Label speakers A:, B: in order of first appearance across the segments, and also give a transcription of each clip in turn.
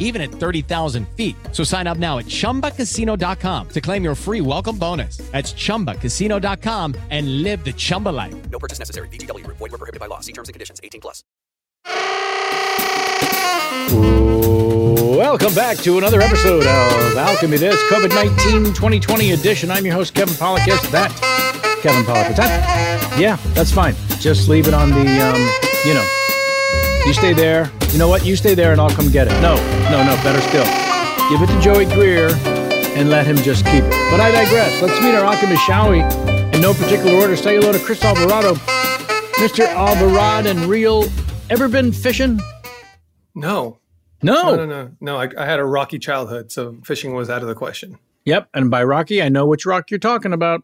A: even at 30,000 feet. So sign up now at chumbacasino.com to claim your free welcome bonus. That's chumbacasino.com and live the Chumba life.
B: No purchase necessary. BGW. Void were prohibited by law. See terms and conditions. 18 plus.
C: Welcome back to another episode of Alchemy This COVID 19 2020 edition. I'm your host, Kevin Pollock. Yes, that. Kevin Pollock. Is that? Yeah, that's fine. Just leave it on the, um, you know, you stay there. You know what? You stay there and I'll come get it. No, no, no, better still. Give it to Joey Greer and let him just keep it. But I digress. Let's meet our alchemist, shall we? In no particular order, say hello to Chris Alvarado. Mr. Alvarado and Real, ever been fishing?
D: No. No,
C: No.
D: no, no. No, I, I had a rocky childhood, so fishing was out of the question.
C: Yep, and by Rocky, I know which rock you're talking about.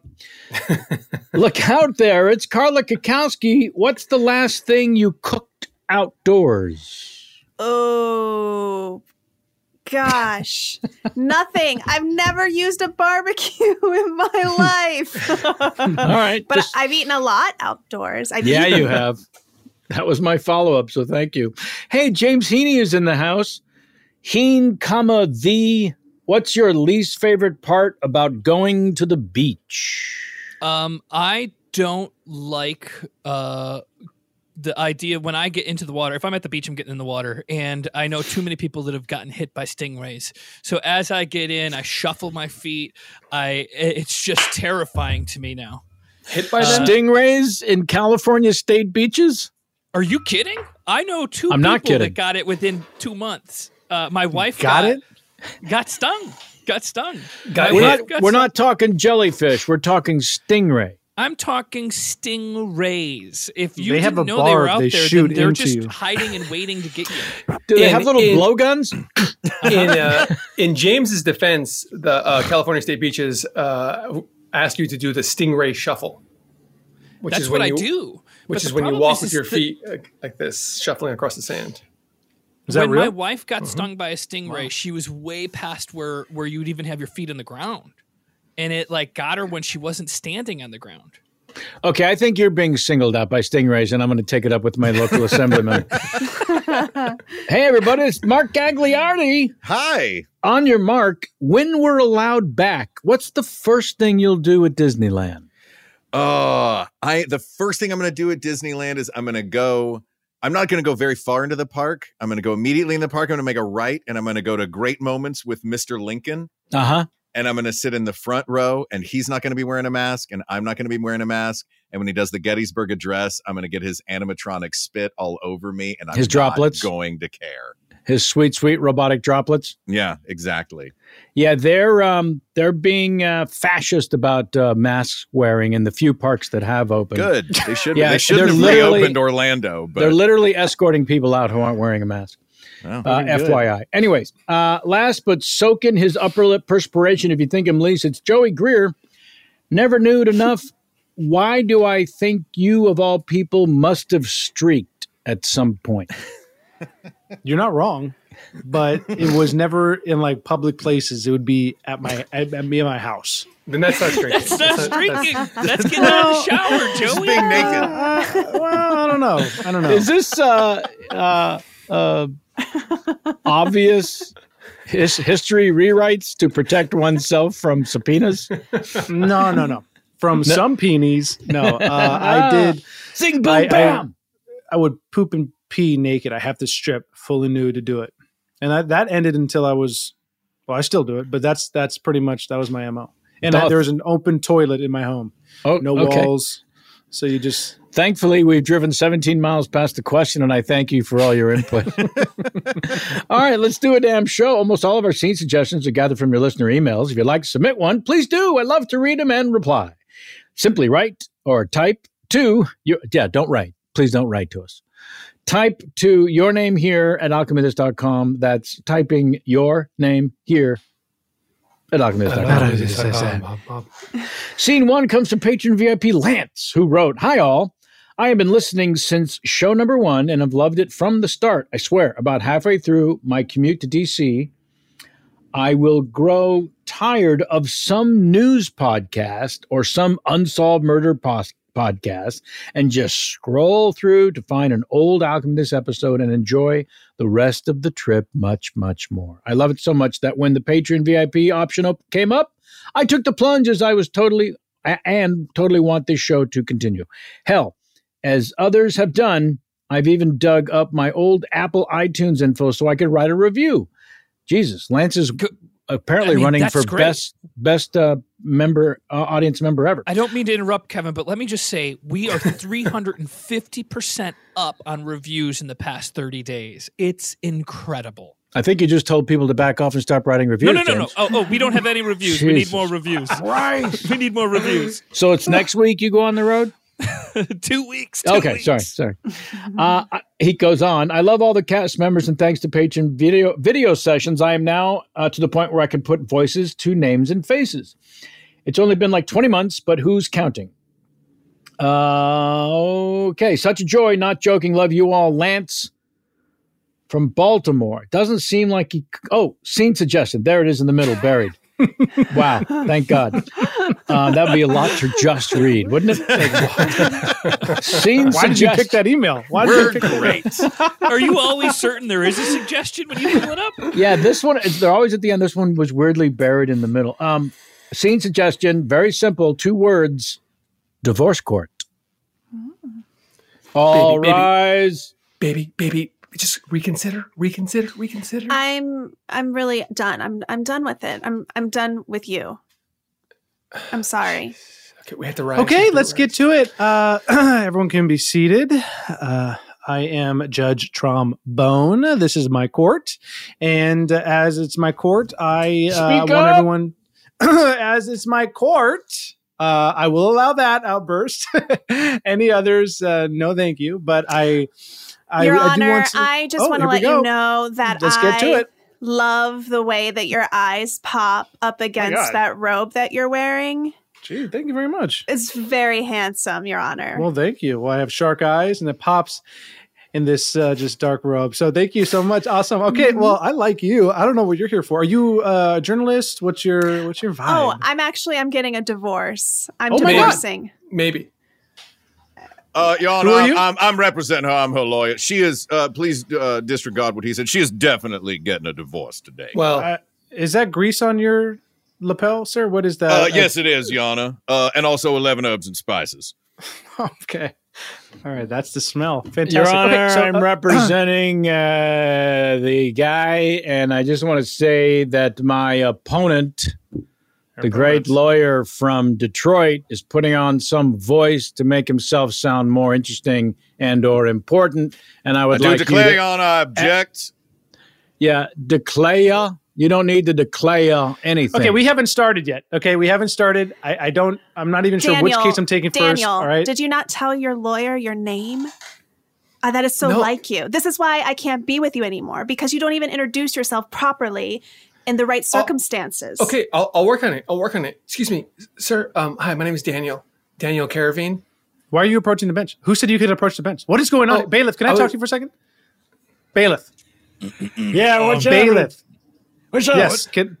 C: Look out there, it's Carla Kakowski. What's the last thing you cooked outdoors?
E: Oh gosh. Nothing. I've never used a barbecue in my life.
F: Uh,
C: All right.
E: But
C: just-
E: I've eaten a lot outdoors. I've
C: yeah,
E: eaten-
C: you have. That was my follow up, so thank you. Hey, James Heaney is in the house. Heen, comma, the. What's your least favorite part about going to the beach?
F: Um, I don't like uh the idea when I get into the water. If I'm at the beach, I'm getting in the water, and I know too many people that have gotten hit by stingrays. So as I get in, I shuffle my feet. I it's just terrifying to me now. Uh,
D: Hit by them?
C: Stingrays in California state beaches?
F: Are you kidding? I know 2
C: I'm
F: people
C: not kidding.
F: that got it within two months. Uh, my wife
D: got it?
F: Got stung. Got stung.
D: Got
F: My
C: We're
F: wife
C: not,
F: got
C: we're
F: stung.
C: not talking jellyfish, we're talking stingray.
F: I'm talking stingrays. If you
G: They have
F: didn't
G: a
F: know they were
G: barb
F: out
G: they
F: there, then
G: shoot
F: they're
G: into
F: just
G: you.
F: hiding and waiting to get you.
C: Do they
D: In-
C: have little
D: in-
C: blowguns?
D: in uh, in James's defense, the uh, California state beaches uh, ask you to do the stingray shuffle, which
F: That's
D: is
F: what
D: when
F: I
D: you,
F: do.
D: which
F: But
D: is
F: the
D: when you
F: problem
D: walk
F: is-
D: with
F: is
D: your
F: the-
D: feet like, like this, shuffling across the sand.
C: Is that
F: when
C: real?
F: my wife got
G: Uh-huh.
F: stung by a stingray, she was way past where where you would even have your feet on the ground, and it like got her when she wasn't standing on the ground.
C: Okay, I think you're being singled out by stingrays, and I'm going to take it up with my local assemblyman. hey, everybody, it's Mark Gagliardi.
G: Hi.
C: On your mark, when we're allowed back, what's the first thing you'll do at Disneyland?
G: Uh, I the first thing I'm going to do at Disneyland is I'm going to go. I'm not going to go very far into the park. I'm going to go immediately in the park. I'm going to make a right, and I'm going to go to Great Moments with Mr. Lincoln.
C: Uh huh.
G: and I'm going to sit in the front row, and he's not going to be wearing a mask, and I'm not going to be wearing a mask. And when he does the Gettysburg Address, I'm going to get his animatronic spit all over me, and I'm
C: His
G: not
C: droplets?
G: going to care.
C: His sweet, sweet robotic droplets.
G: Yeah, exactly.
C: Yeah, they're um, they're being uh, fascist about uh, mask wearing in the few parks that have opened.
G: Good. They should.
C: Yeah,
G: they should
C: they're
G: have
C: literally-
G: reopened Orlando, but oh,
C: They're literally escorting people out who aren't wearing a mask.
G: Wow.
H: Oh,
C: Uh, FYI. Anyways, uh, last but soaking his upper lip perspiration, if you think him least, it's Joey Greer. Never nude enough. Why do I think you, of all people, must have streaked at some point?
I: You're not wrong, but it was never in like public places. It would be at my at, at me in my house.
D: Then that's not streaking.
F: That's not streaking. That's getting out of the
I: Well, Uh,
F: shower, Joey.
G: being naked.
I: well, I don't know. I don't know.
C: Is this uh, uh, uh, obvious his history rewrites to protect oneself from subpoenas?
I: no, no, no. From some peonies, no. Uh, I did.
C: Zing, Ah. boom,
I: I, I,
C: bam.
I: I would poop and pee naked. I have to strip fully nude to do it, and that that ended until I was. Well, I still do it, but that's that's pretty much that was my mo. And I,
C: Duff.
I: there was an open toilet in my home,
C: oh,
I: um, no
C: okay.
I: walls, so you just
C: Thankfully, we've driven 17 miles past the question, and I thank you for all your input. all right, let's do a damn show. Almost all of our scene suggestions are gathered from your listener emails. If you'd like to submit one, please do. I love to read them and reply. Simply write or type to your, yeah, don't write. Please don't write to us. Type to your name here at alchemist.com. That's typing your name here at alchemist.com. Scene one comes from patron VIP Lance, who wrote, Hi, all. I have been listening since show number one and have loved it from the start. I swear, about halfway through my commute to DC, I will grow tired of some news podcast or some unsolved murder pos- podcast and just scroll through to find an old Alchemist episode and enjoy the rest of the trip much, much more. I love it so much that when the Patreon VIP option op- came up, I took the plunge as I was totally a- and totally want this show to continue. Hell, as others have done, I've even dug up my old Apple iTunes info so I could write a review. Jesus, Lance is
F: Go-
C: apparently
F: I mean,
C: running
F: that's
C: for
F: great.
C: best best uh, member uh, audience member ever.
F: I don't mean to interrupt, Kevin, but let me just say we are 350% up on reviews in the past 30 days. It's incredible.
C: I think you just told people to back off and stop writing reviews.
F: No, no, no, no.
C: James.
F: Oh, oh, we don't have any reviews. We need
C: Jesus.
F: more reviews.
C: Christ.
F: We need more reviews.
C: So it's next week you go on the road?
F: two weeks. two
C: Okay,
F: weeks.
C: sorry, sorry. Uh, I- he goes on. I love all the cast members, and thanks to patron video video sessions, I am now uh, to the point where I can put voices to names and faces. It's only been like 20 months, but who's counting? Uh, okay, such a joy. Not joking. Love you all, Lance from Baltimore. Doesn't seem like he. Oh, scene suggested. There it is in the middle, buried. wow, thank God. Uh, that'd be a lot to just read, wouldn't it? scene
I: Why did you pick
C: suggestion.
I: that email? Why did you
G: we're
I: pick
G: great.
F: Are you always certain there is a suggestion when you pull it up?
C: yeah, this one is- they're always at the end. This one was weirdly buried in the middle. Um, scene suggestion, very simple, two words: divorce court.
D: Oh.
C: All
D: Baby, baby.
C: rise.
D: baby, baby, just reconsider, reconsider, reconsider.
E: I'm I'm really done. I'm I'm done with it. I'm I'm done with you. I'm sorry.
D: okay, we have to rise.
I: Okay, let's get to it. Uh, everyone can be seated. Uh, I am Judge Trombone. This is my court, and uh, as it's my court, I uh,
C: Speak
I: want
C: up.
I: everyone. as it's my court, uh, I will allow that outburst. Any others? Uh, no, thank you. But I, I,
E: Your
I: I do
E: Honor,
I: want to.
E: I just
I: Oh,
E: want to
I: here we
E: let
I: go.
E: you know that
I: Let's
E: I
I: get to it.
E: love the way that your eyes pop up against
I: Oh God.
E: that robe that you're wearing.
I: Gee, thank you very much.
E: It's very handsome, Your Honor.
I: Well, thank you. Well, I have shark eyes and it pops in this uh, just dark robe. So thank you so much. Awesome. Okay.
E: Mm-hmm.
I: Well, I like you. I don't know what you're here for. Are you uh, a journalist? What's your What's your vibe?
E: oh, I'm actually I'm getting a divorce. I'm
I: Oh my God.
E: divorcing.
D: Maybe.
H: Uh, Your
D: Who are
H: Honor,
D: you?
H: I'm, I'm representing her. I'm her lawyer. She is. Uh, please uh, disregard what he said. She is definitely getting a divorce today.
I: Uh, is that grease on your lapel, sir? What is that?
H: uh, yes, it is, Your Honor, uh, and also eleven herbs and spices.
I: Okay. All right. That's the smell. Fantastic.
C: Your Honor,
I: okay, so,
C: I'm
I: uh,
C: representing uh, the guy, and I just want to say that my opponent, the great lawyer from Detroit, is putting on some voice to make himself sound more interesting and or important. And I
H: I
C: would
H: do
C: like
H: declare,
C: you to,
H: Your Honor, I object.
C: yeah, declare. You don't need to declare anything.
I: Okay, we haven't started yet. Okay, we haven't started. I, I don't. I'm not even sure which case I'm taking
E: Daniel,
I: first. All right.
E: Did you not tell your lawyer your name? Ah, that is so
I: No.
E: like you. This is why I can't be with you anymore because you don't even introduce yourself properly in the right
I: Oh,
E: circumstances.
D: Okay, I'll, I'll work on it. I'll work on it. Excuse me, sir. Um, hi, my name is Daniel. Daniel Caravine.
I: Why are you approaching the bench? Who said you could approach the bench? What is going on,
D: Oh,
I: bailiff? Can
D: I
I: I, talk
D: was-
I: to you for a second, bailiff?
J: Yeah, what's up?
I: bailiff?
J: What's up?
I: Yes. Can,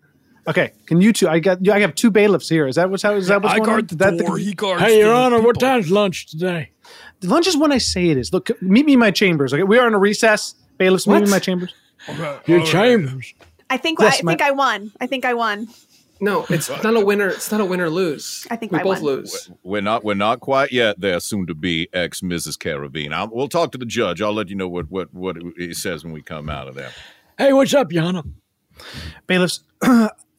I: okay. Can you two? I got. I have two bailiffs here. Is that what's how? Is that what's
J: I
I: going
J: guard
I: on?
J: the
I: That
J: door, he guards Hey, Your the Honor, what people. time's lunch today?
I: Lunch is when I say it is. Look, meet me in my chambers. Okay, we are in a recess. Bailiffs, meet me in my chambers.
J: Your chambers.
E: I think
I: Yes,
E: I
I: my-
E: think I won. I think I won.
D: No, it's not a winner. It's not a winner lose. I
E: think
D: we
E: I
D: both
E: won.
D: lose.
H: We're not. We're not quite yet there. Soon to be ex Mrs. Caravine. i we'll talk to the judge. I'll let you know what what what he says when we come out of there.
J: Hey, what's up, Your Honor?
I: Bailiffs.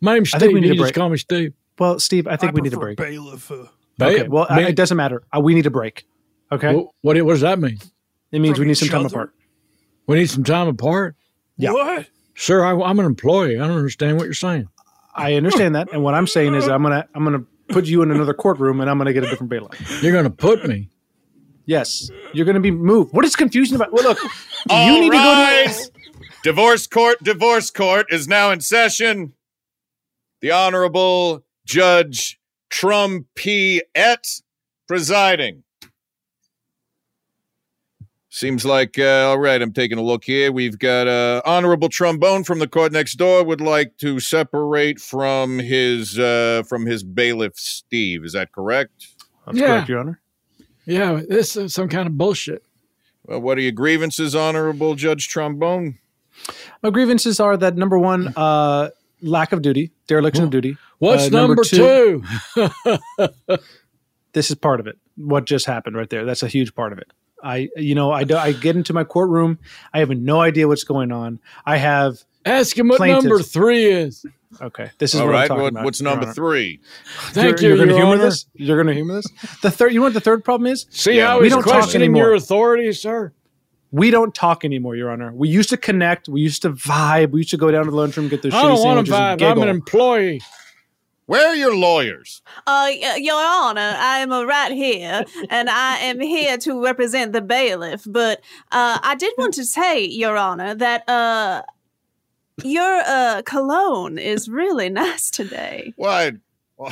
J: My name's
I: I think
J: Steve.
I: we need
J: You
I: a
J: just
I: break.
J: call me Steve.
I: Well, Steve, I think we need a
J: prefer
I: break.
J: Bailiff. uh,
I: Okay.
J: ba-
I: Well, I,
J: ba-
I: it doesn't matter. Uh, we need a break. Okay.
J: Wha- what, what does that mean?
I: It means
J: From
I: we need some
J: each
I: time
J: other?
I: apart.
J: We need some time apart.
I: Yeah.
J: What? Sir, I, I'm an employee. I don't understand what you're saying.
I: I understand that, and what I'm saying is, I'm gonna I'm gonna put you in another courtroom, and I'm gonna get a different bailiff.
J: You're going to put me.
I: Yes, you're gonna be moved. What is confusing about? Well, look, you
H: All
I: need
H: rise. divorce court. Divorce court is now in session. The Honorable Judge Trumpiet presiding. Seems like uh, all right. I'm taking a look here. We've got uh, Honorable Trombone from the court next door would like to separate from his uh, from his bailiff Steve. Is that correct?
I: That's
J: Yeah. correct,
I: Your Honor.
J: Yeah, this is some kind of bullshit.
H: Well, what are your grievances, Honorable Judge Trombone?
I: to go. My grievances are that number one, uh, lack of duty, dereliction of duty.
J: What's
I: Uh,
J: number, two?
I: This is part of it. What just happened right there? That's a huge part of it. I, you know, I do, I get into my courtroom. I have no idea what's going on. I have
J: Ask him what
I: plaintiffs.
J: number three is.
I: Okay, this is
H: All
I: what I'm
H: right.
I: talking
H: what-
I: about,
H: what's
I: Your
H: number
I: Honor.
H: three?
J: Thank
I: you're,
J: you,
I: You're gonna
J: Your
I: humor
J: Honor.
I: this. You're going to humor this. The third. You know what the third problem is?
J: See
I: Yeah,
J: how
I: we
J: he's
I: don't talk
J: questioning your
I: anymore.
J: authority, sir?
I: We don't talk anymore, Your Honor. We used to connect. We used to vibe. We used to go down to the lunchroom, get those
J: I
I: shitty
J: don't want
I: sandwiches,
J: to
I: and
J: vibe. I'm
I: giggle.
J: an employee.
H: Where are your lawyers?
E: Uh, y- Your Honor, I am uh, right here, and I am here to represent the bailiff. But uh, I did want to say, Your Honor, that uh, your uh, cologne is really nice today.
H: Why?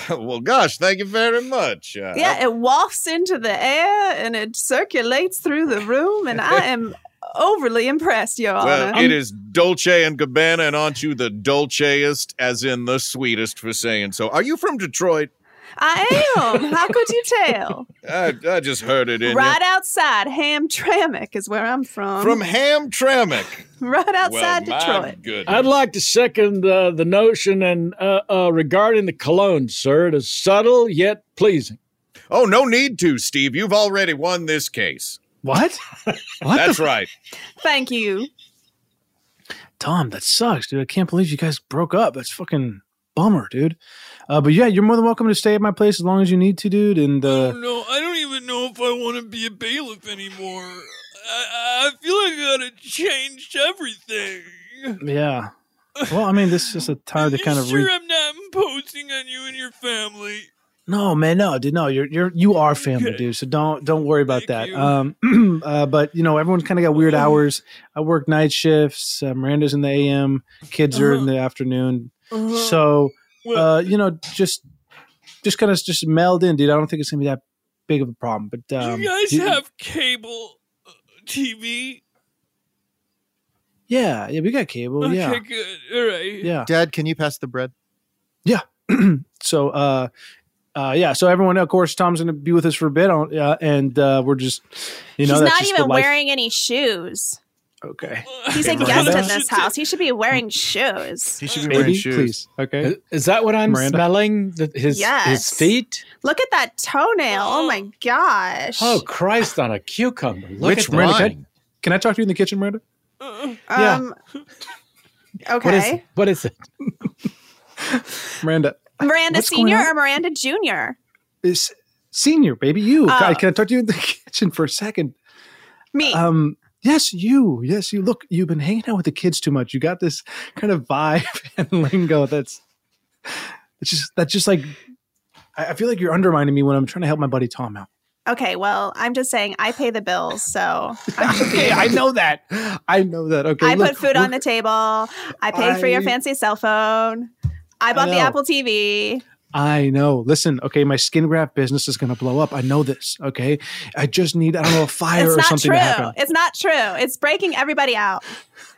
H: Well, gosh, thank you very much. Uh,
E: Yeah, it wafts into the air and it circulates through the room, and I am overly impressed, Your Honor.
H: Well, it is Dolce and Gabbana, and aren't you the dolceest, as in the sweetest, for saying so? Are you from Detroit?
E: I am. How could you tell?
H: I, I just heard it in
E: Right
H: ya.
E: outside Hamtramck is where I'm from.
H: from Hamtramck.
E: right outside
H: Well, my
E: Detroit.
H: goodness.
J: I'd like to second uh, the notion and uh, uh, regarding the cologne, sir. It is subtle yet pleasing.
H: Oh, no need to, Steve. You've already won this case.
I: What?
H: That's right.
E: Thank you.
I: Tom, that sucks, dude. I can't believe you guys broke up. That's fucking bummer, dude. Uh, but yeah, you're more than welcome to stay at my place as long as you need to, dude. And uh,
F: No, I don't even know if I want to be a bailiff anymore. I, I feel like I gotta change everything.
I: yeah. Well, I mean, this is a time to kind of
F: Sure,
I: re-
F: I'm not imposing on you and your family.
I: No, man, no, dude, no, you're you're you are family, dude. So don't don't worry about that. Um, uh, but you know, everyone's kind of got weird hours. I work night shifts. Uh, Miranda's in the a.m. Kids are in the afternoon.
F: Uh-huh.
I: So, uh, you know, just just kind of just meld in, dude. I don't think it's gonna be that big of a problem. But um,
K: you guys
I: do-
K: have cable uh, TV?
I: yeah, yeah, we got cable.
K: okay,
I: yeah,
K: good. All right.
I: yeah.
L: Dad, can you pass the bread?
I: Yeah. so, uh, uh, yeah. So everyone, of course, Tom's going to be with us for a bit, on, uh, and uh, we're just, you know,
E: He's
I: that's
E: not
I: just
E: even
I: the life-
E: wearing any shoes.
I: Okay.
E: He's a
I: Miranda?
E: guest in this house. He should be wearing shoes.
L: He should
I: be wearing Maybe, shoes. please. Okay.
C: Is that what I'm
I: Miranda?
C: smelling? The, his
E: Yes.
C: his feet?
E: Look at that toenail. Oh my gosh.
C: Oh Christ on a cucumber. Look
I: Which
C: at that.
I: Miranda? Can I- Can I talk to you in the kitchen, Miranda? yeah.
E: Um,
I: What is,
E: okay.
C: what is it?
I: Miranda.
E: Miranda
I: What's going
E: Sr.
I: on?
E: or Miranda Jr.?
I: It's senior, baby. You.
E: Oh.
I: God, can I talk to you in the kitchen for a second?
E: Me.
I: Um, yes, you. Yes, you. Look, you've been hanging out with the kids too much. You got this kind of vibe and lingo that's it's just that's just like I, I feel like you're undermining me when I'm trying to help my buddy Tom out.
E: Okay, well, I'm just saying I pay the bills, so
I: Okay, I know that. I know that. Okay,
E: I
I: look,
E: put food on
I: we're-
E: the table. I paid for your
I: I-
E: fancy cell phone. I bought the
I: know.
E: Apple TV.
I: I know. Listen, okay, my skin graft business is going to blow up. I know this. Okay, I just need I don't know a fire
E: It's
I: or
E: not
I: something
E: true.
I: to happen.
E: It's not true. It's breaking everybody out.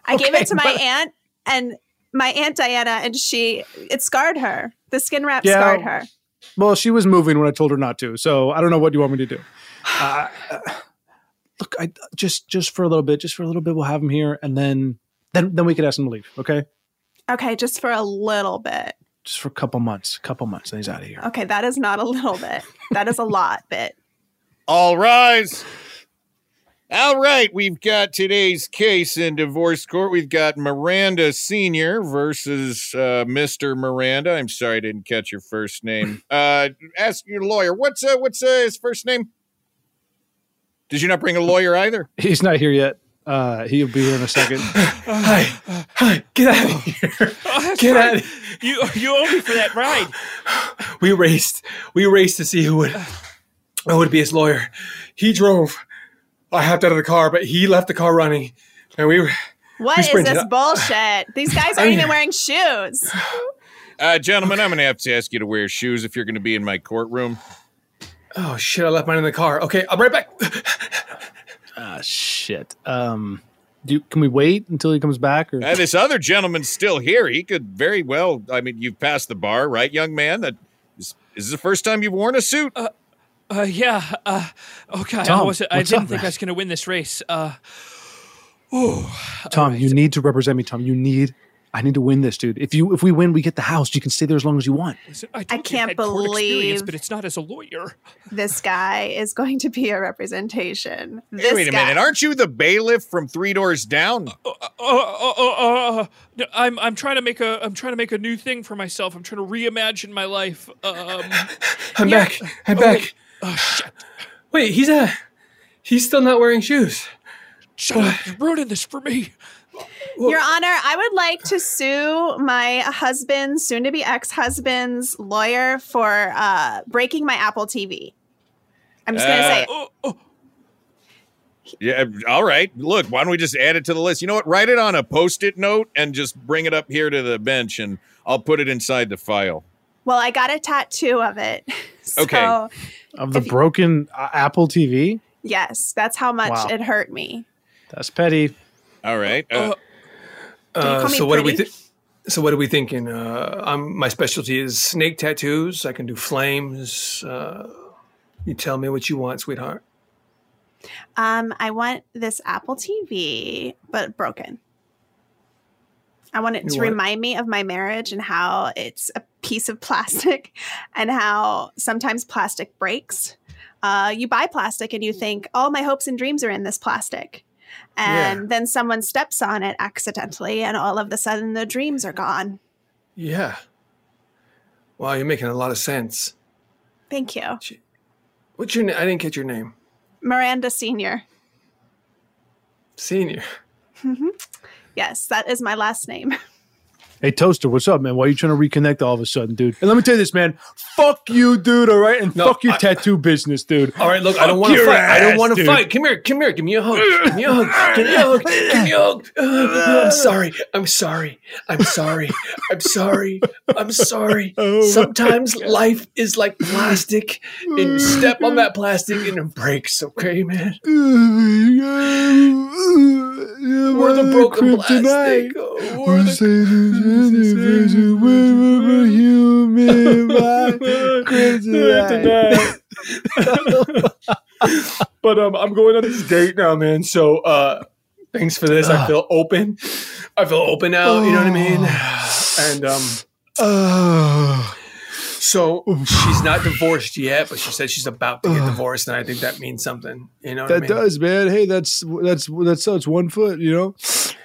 E: I gave
I: Okay,
E: it to my
I: but-
E: aunt and my aunt Diana, and she it scarred her. The skin wrap
I: Yeah.
E: scarred her.
I: Well, she was moving when I told her not to, so I don't know what you want me to do. Uh, uh, look, I just just for a little bit, just for a little bit, we'll have him here, and then then then we could ask him to leave. Okay,
E: Okay, just for a little bit.
I: just for a couple months, couple months, and he's out of here.
E: Okay, that is not a little bit. That is a lot bit.
H: All rise. All right, we've got today's case in divorce court. We've got Miranda Senior versus uh, Mister Miranda. I'm sorry, I didn't catch your first name. Uh, ask your lawyer. What's uh, what's uh, his first name? Did you not bring a lawyer either?
I: He's not here yet. Uh, he'll be here in a second.
K: hi,
I: hi, get out of
K: here.
D: Get out of
K: Oh, You, you owe me for that ride.
D: We raced. We raced to see who would who would be his lawyer. He drove. I hopped out of the car, but he left the car running, and we.
E: What
D: We
E: is
D: sprinted
E: this
D: up.
E: bullshit? These guys
D: I
E: aren't
D: mean-
E: even wearing shoes.
H: Uh, gentlemen, I'm going to have to ask you to wear shoes if you're going to be in my courtroom.
D: Oh shit! I left mine in the car. Okay, I'm right back.
I: Ah, shit. Um, do can we wait until he comes back? Or
H: Uh, this other gentleman's still here. He could very well. I mean, you've passed the bar, right, young man? That is, is this the first time you've worn a suit.
F: Uh, yeah. Uh, okay.
I: Tom,
F: I, was, I
I: what's
F: didn't
I: up,
F: think
I: man?
F: I was going to win this race. Uh, ooh.
I: Tom, you need to represent me, Tom. You need. I need to win this, dude. If you if we win, we get the house. You can stay there as long as you want.
F: Listen, I,
E: I
F: told you
E: can't
F: had court experience,
E: believe-
F: but it's not as a lawyer.
E: This guy is going to be a representation.
H: Hey,
E: This
H: wait a
E: guy.
H: minute, aren't you the bailiff from Three Doors Down?
F: Oh, oh, oh, oh, no, I'm I'm trying to make a I'm trying to make a new thing for myself. I'm trying to reimagine my life. Um,
D: I'm
F: yeah. Oh,
D: back. I'm
F: Okay.
D: back. Wait, he's a. He's still not wearing shoes.
F: Shut up! You're ruining this for me.
E: Your Honor, I would like to sue my husband, soon to be ex husband's lawyer for uh, breaking my Apple TV. I'm just going to
H: Uh,
E: say it.
H: Yeah, all right. Look, why don't we just add it to the list? You know what? Write it on a post-it note and just bring it up here to the bench, and I'll put it inside the file.
E: Well, I got a tattoo of it. So,
H: Okay.
I: Of the broken uh, Apple TV.
E: yes, that's how much
I: Wow.
E: it hurt me.
I: That's petty.
H: All right. Uh,
F: Uh,
E: you call me
D: uh, so what do we?
E: pretty?
D: Th- so what are we thinking? Uh, I'm my specialty is snake tattoos. I can do flames. Uh, you tell me what you want, sweetheart.
E: Um, I want this Apple TV, but broken. I want it
D: You
E: to
D: want it-
E: remind me of my marriage and how it's a piece of plastic and how sometimes plastic breaks. Uh, you buy plastic and you think, all my hopes and dreams are in this plastic. And
D: Yeah.
E: then someone steps on it accidentally, and all of a sudden the dreams are gone.
D: Yeah. Wow, you're making a lot of sense.
E: Thank you.
D: What's your name? I didn't get your name.
E: Miranda Sr.
D: Senior.
E: Mhm. Yes, that is my last name.
I: Hey, Toaster, what's up, man? Why are you trying to reconnect all of a sudden, dude? And let me tell you this, man. Fuck you, dude. All right, and fuck your tattoo business, dude.
D: All right, look, I don't want to fight. I don't want to fight. Come here, come here. Give me a hug. Give me a hug. Give me a hug. Give me a hug. Uh, I'm sorry. I'm sorry. I'm sorry. I'm sorry. I'm sorry. Sometimes life is like plastic, and you step on that plastic and it breaks. Okay, man.
I: We're
D: the broken plastic. We're
I: the
D: but um, I'm going on this date now, man. So uh, thanks for this. I feel open. I feel open now. You know what I mean? And um, so she's not divorced yet, but she said she's about to get divorced, and I think that means something. You know what I
I: That
D: mean?
I: does, man. Hey, that's that's that's that's one foot, you know.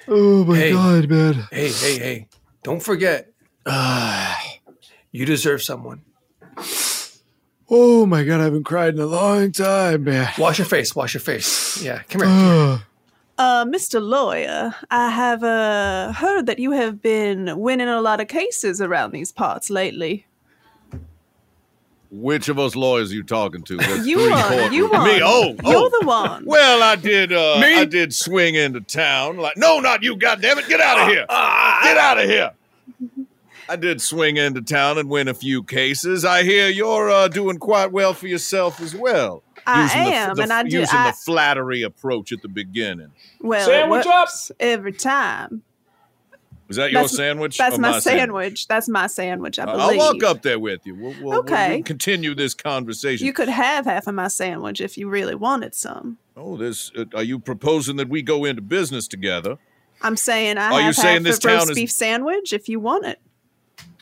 I: Oh my
D: Hey.
I: god, man.
D: Hey, hey, hey! Don't forget, uh, you deserve someone.
I: Oh my god, I haven't cried in a long time, man.
D: Wash your face. Wash your face. Yeah, come here.
I: Ugh.
E: Uh, Mr. Lawyer, I have uh, heard that you have been winning a lot of cases around these parts lately.
H: Which of us lawyers you talking to? That's
E: You
H: three
E: won. You
H: quarters.
E: won.
H: Me? Oh,
E: You're
H: oh.
E: the one.
H: Well, I did. Uh, I did swing into town. Like, no, not you. Goddamn it! Get out of here! Get out of here! I did swing into town and win a few cases. I hear you're uh, doing quite well for yourself as well.
E: I
H: the f-
E: am,
H: the
E: and
H: f-
E: I do-
H: using
E: I-
H: the flattery approach at the beginning.
E: Well,
H: Sandwich
E: it works every time.
H: Was that your
E: That's-
H: sandwich?
E: That's
H: or
E: my, sandwich. That's my sandwich. I
H: Uh,
E: believe.
H: I'll walk up there with you. We'll, we'll, okay.
E: Okay.
H: continue this conversation.
E: You could have half of my sandwich if you really wanted some.
H: Oh, this. Uh, are you proposing that we go into business together?
E: I'm saying I
H: Are you
E: have half
H: saying
E: of
H: this
E: roast
H: town is-
E: beef sandwich if you want it.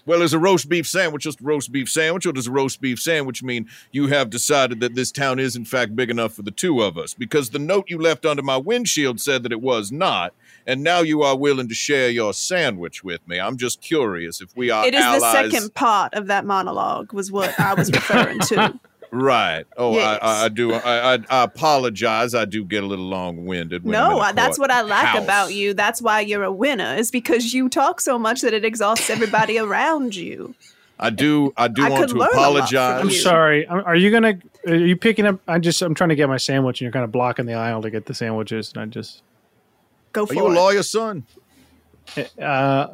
H: Well, is a roast beef sandwich just a roast beef sandwich, or does a roast beef sandwich mean you have decided that this town is, in fact, big enough for the two of us? Because the note you left under my windshield said that it was not, and now you are willing to share your sandwich with me. I'm just curious if we are
E: it is
H: Uh, allies.
E: the second part of that monologue was what I was referring to.
H: Right. Oh,
E: Yes.
H: I, I, I do. I, I, I apologize. I do get a little long winded.
E: No, I, that's what I like
H: House.
E: about you. That's why you're a winner. Is because you talk so much that it exhausts everybody around you.
H: I do. I do
E: I
H: want
E: could
H: to
E: learn a lot from
H: apologize.
I: I'm sorry. I'm- Are you gonna? Are you picking up? I just. I'm trying to get my sandwich, and you're kind of blocking the aisle to get the sandwiches, and I just.
E: Go
H: Are you a lawyer, son?
I: Uh,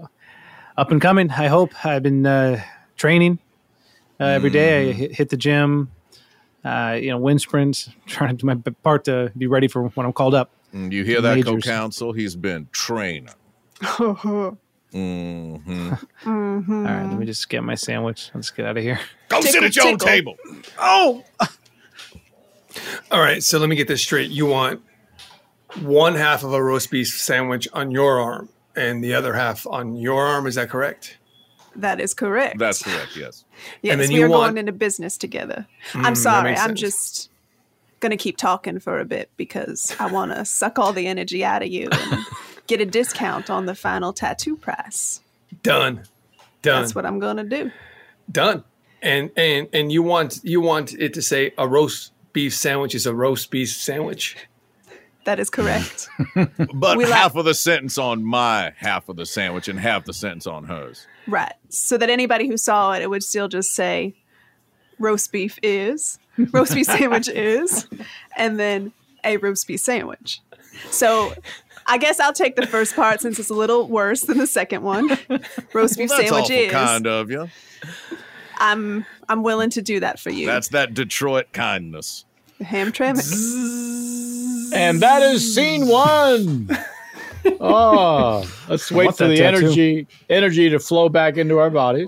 I: up and coming. I hope I've been uh, training uh, every day.
J: Mm.
I: I hit, hit the gym. Uh, you know, wind sprints. Trying to do my b- part to be ready for when I'm called up.
H: Mm, You hear that,
I: Majors.
H: co-counsel? He's been training.
E: Mhm.
H: hmm
I: All right,
E: Mm.
I: let me just get my sandwich. Let's get out of here.
H: Go sit at your own table.
I: Oh,
D: All right, so let me get this straight. You want one half of a roast beef sandwich on your arm and the other half on your arm. Is that correct?
E: That is correct.
H: That's correct. Yes.
E: Yes,
D: then
E: we
D: you
E: are
D: want-
E: going into business together.
D: Mm, that
E: I'm sorry.
D: makes
E: I'm
D: sense.
E: just going to keep talking for a bit because I want to suck all the energy out of you and get a discount on the final tattoo price.
D: Done. Done.
E: That's what I'm going to do.
D: Done. And and and you want you want it to say a roast beef sandwich is a roast beef sandwich.
E: That is correct.
H: But
E: We like-
H: half of the sentence on my half of the sandwich and half the sentence on hers.
E: right. So that anybody who saw it, it would still just say roast beef is, roast beef sandwich is, and then a roast beef sandwich. So I guess I'll take the first part since it's a little worse than the second one. Roast beef
H: Well, that's
E: sandwich
H: awful
E: is.
H: kind of you.
E: I'm I'm willing to do that for you.
H: That's that Detroit kindness.
E: ham Hamtramck.
J: And that is scene one. oh, let's
C: I
J: wait
C: want
J: for
C: that
J: the
C: tattoo.
J: energy energy to flow back into our bodies.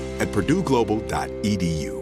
M: at purdueglobal.edu.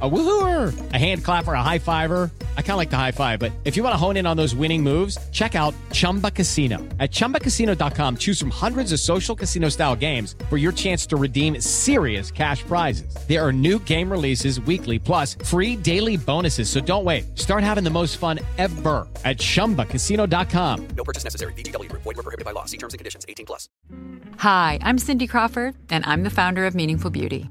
A: A woohooer, a hand clapper, a high fiver. I kind of like the high five, but if you want to hone in on those winning moves, check out Chumba Casino. At chumbacasino.com, choose from hundreds of social casino style games for your chance to redeem serious cash prizes. There are new game releases weekly, plus free daily bonuses. So don't wait. Start having the most fun ever at chumbacasino.com.
B: No purchase necessary. VGW Group. Void were prohibited by law. See terms and conditions. 18 plus.
N: Hi, I'm Cindy Crawford, and I'm the founder of Meaningful Beauty.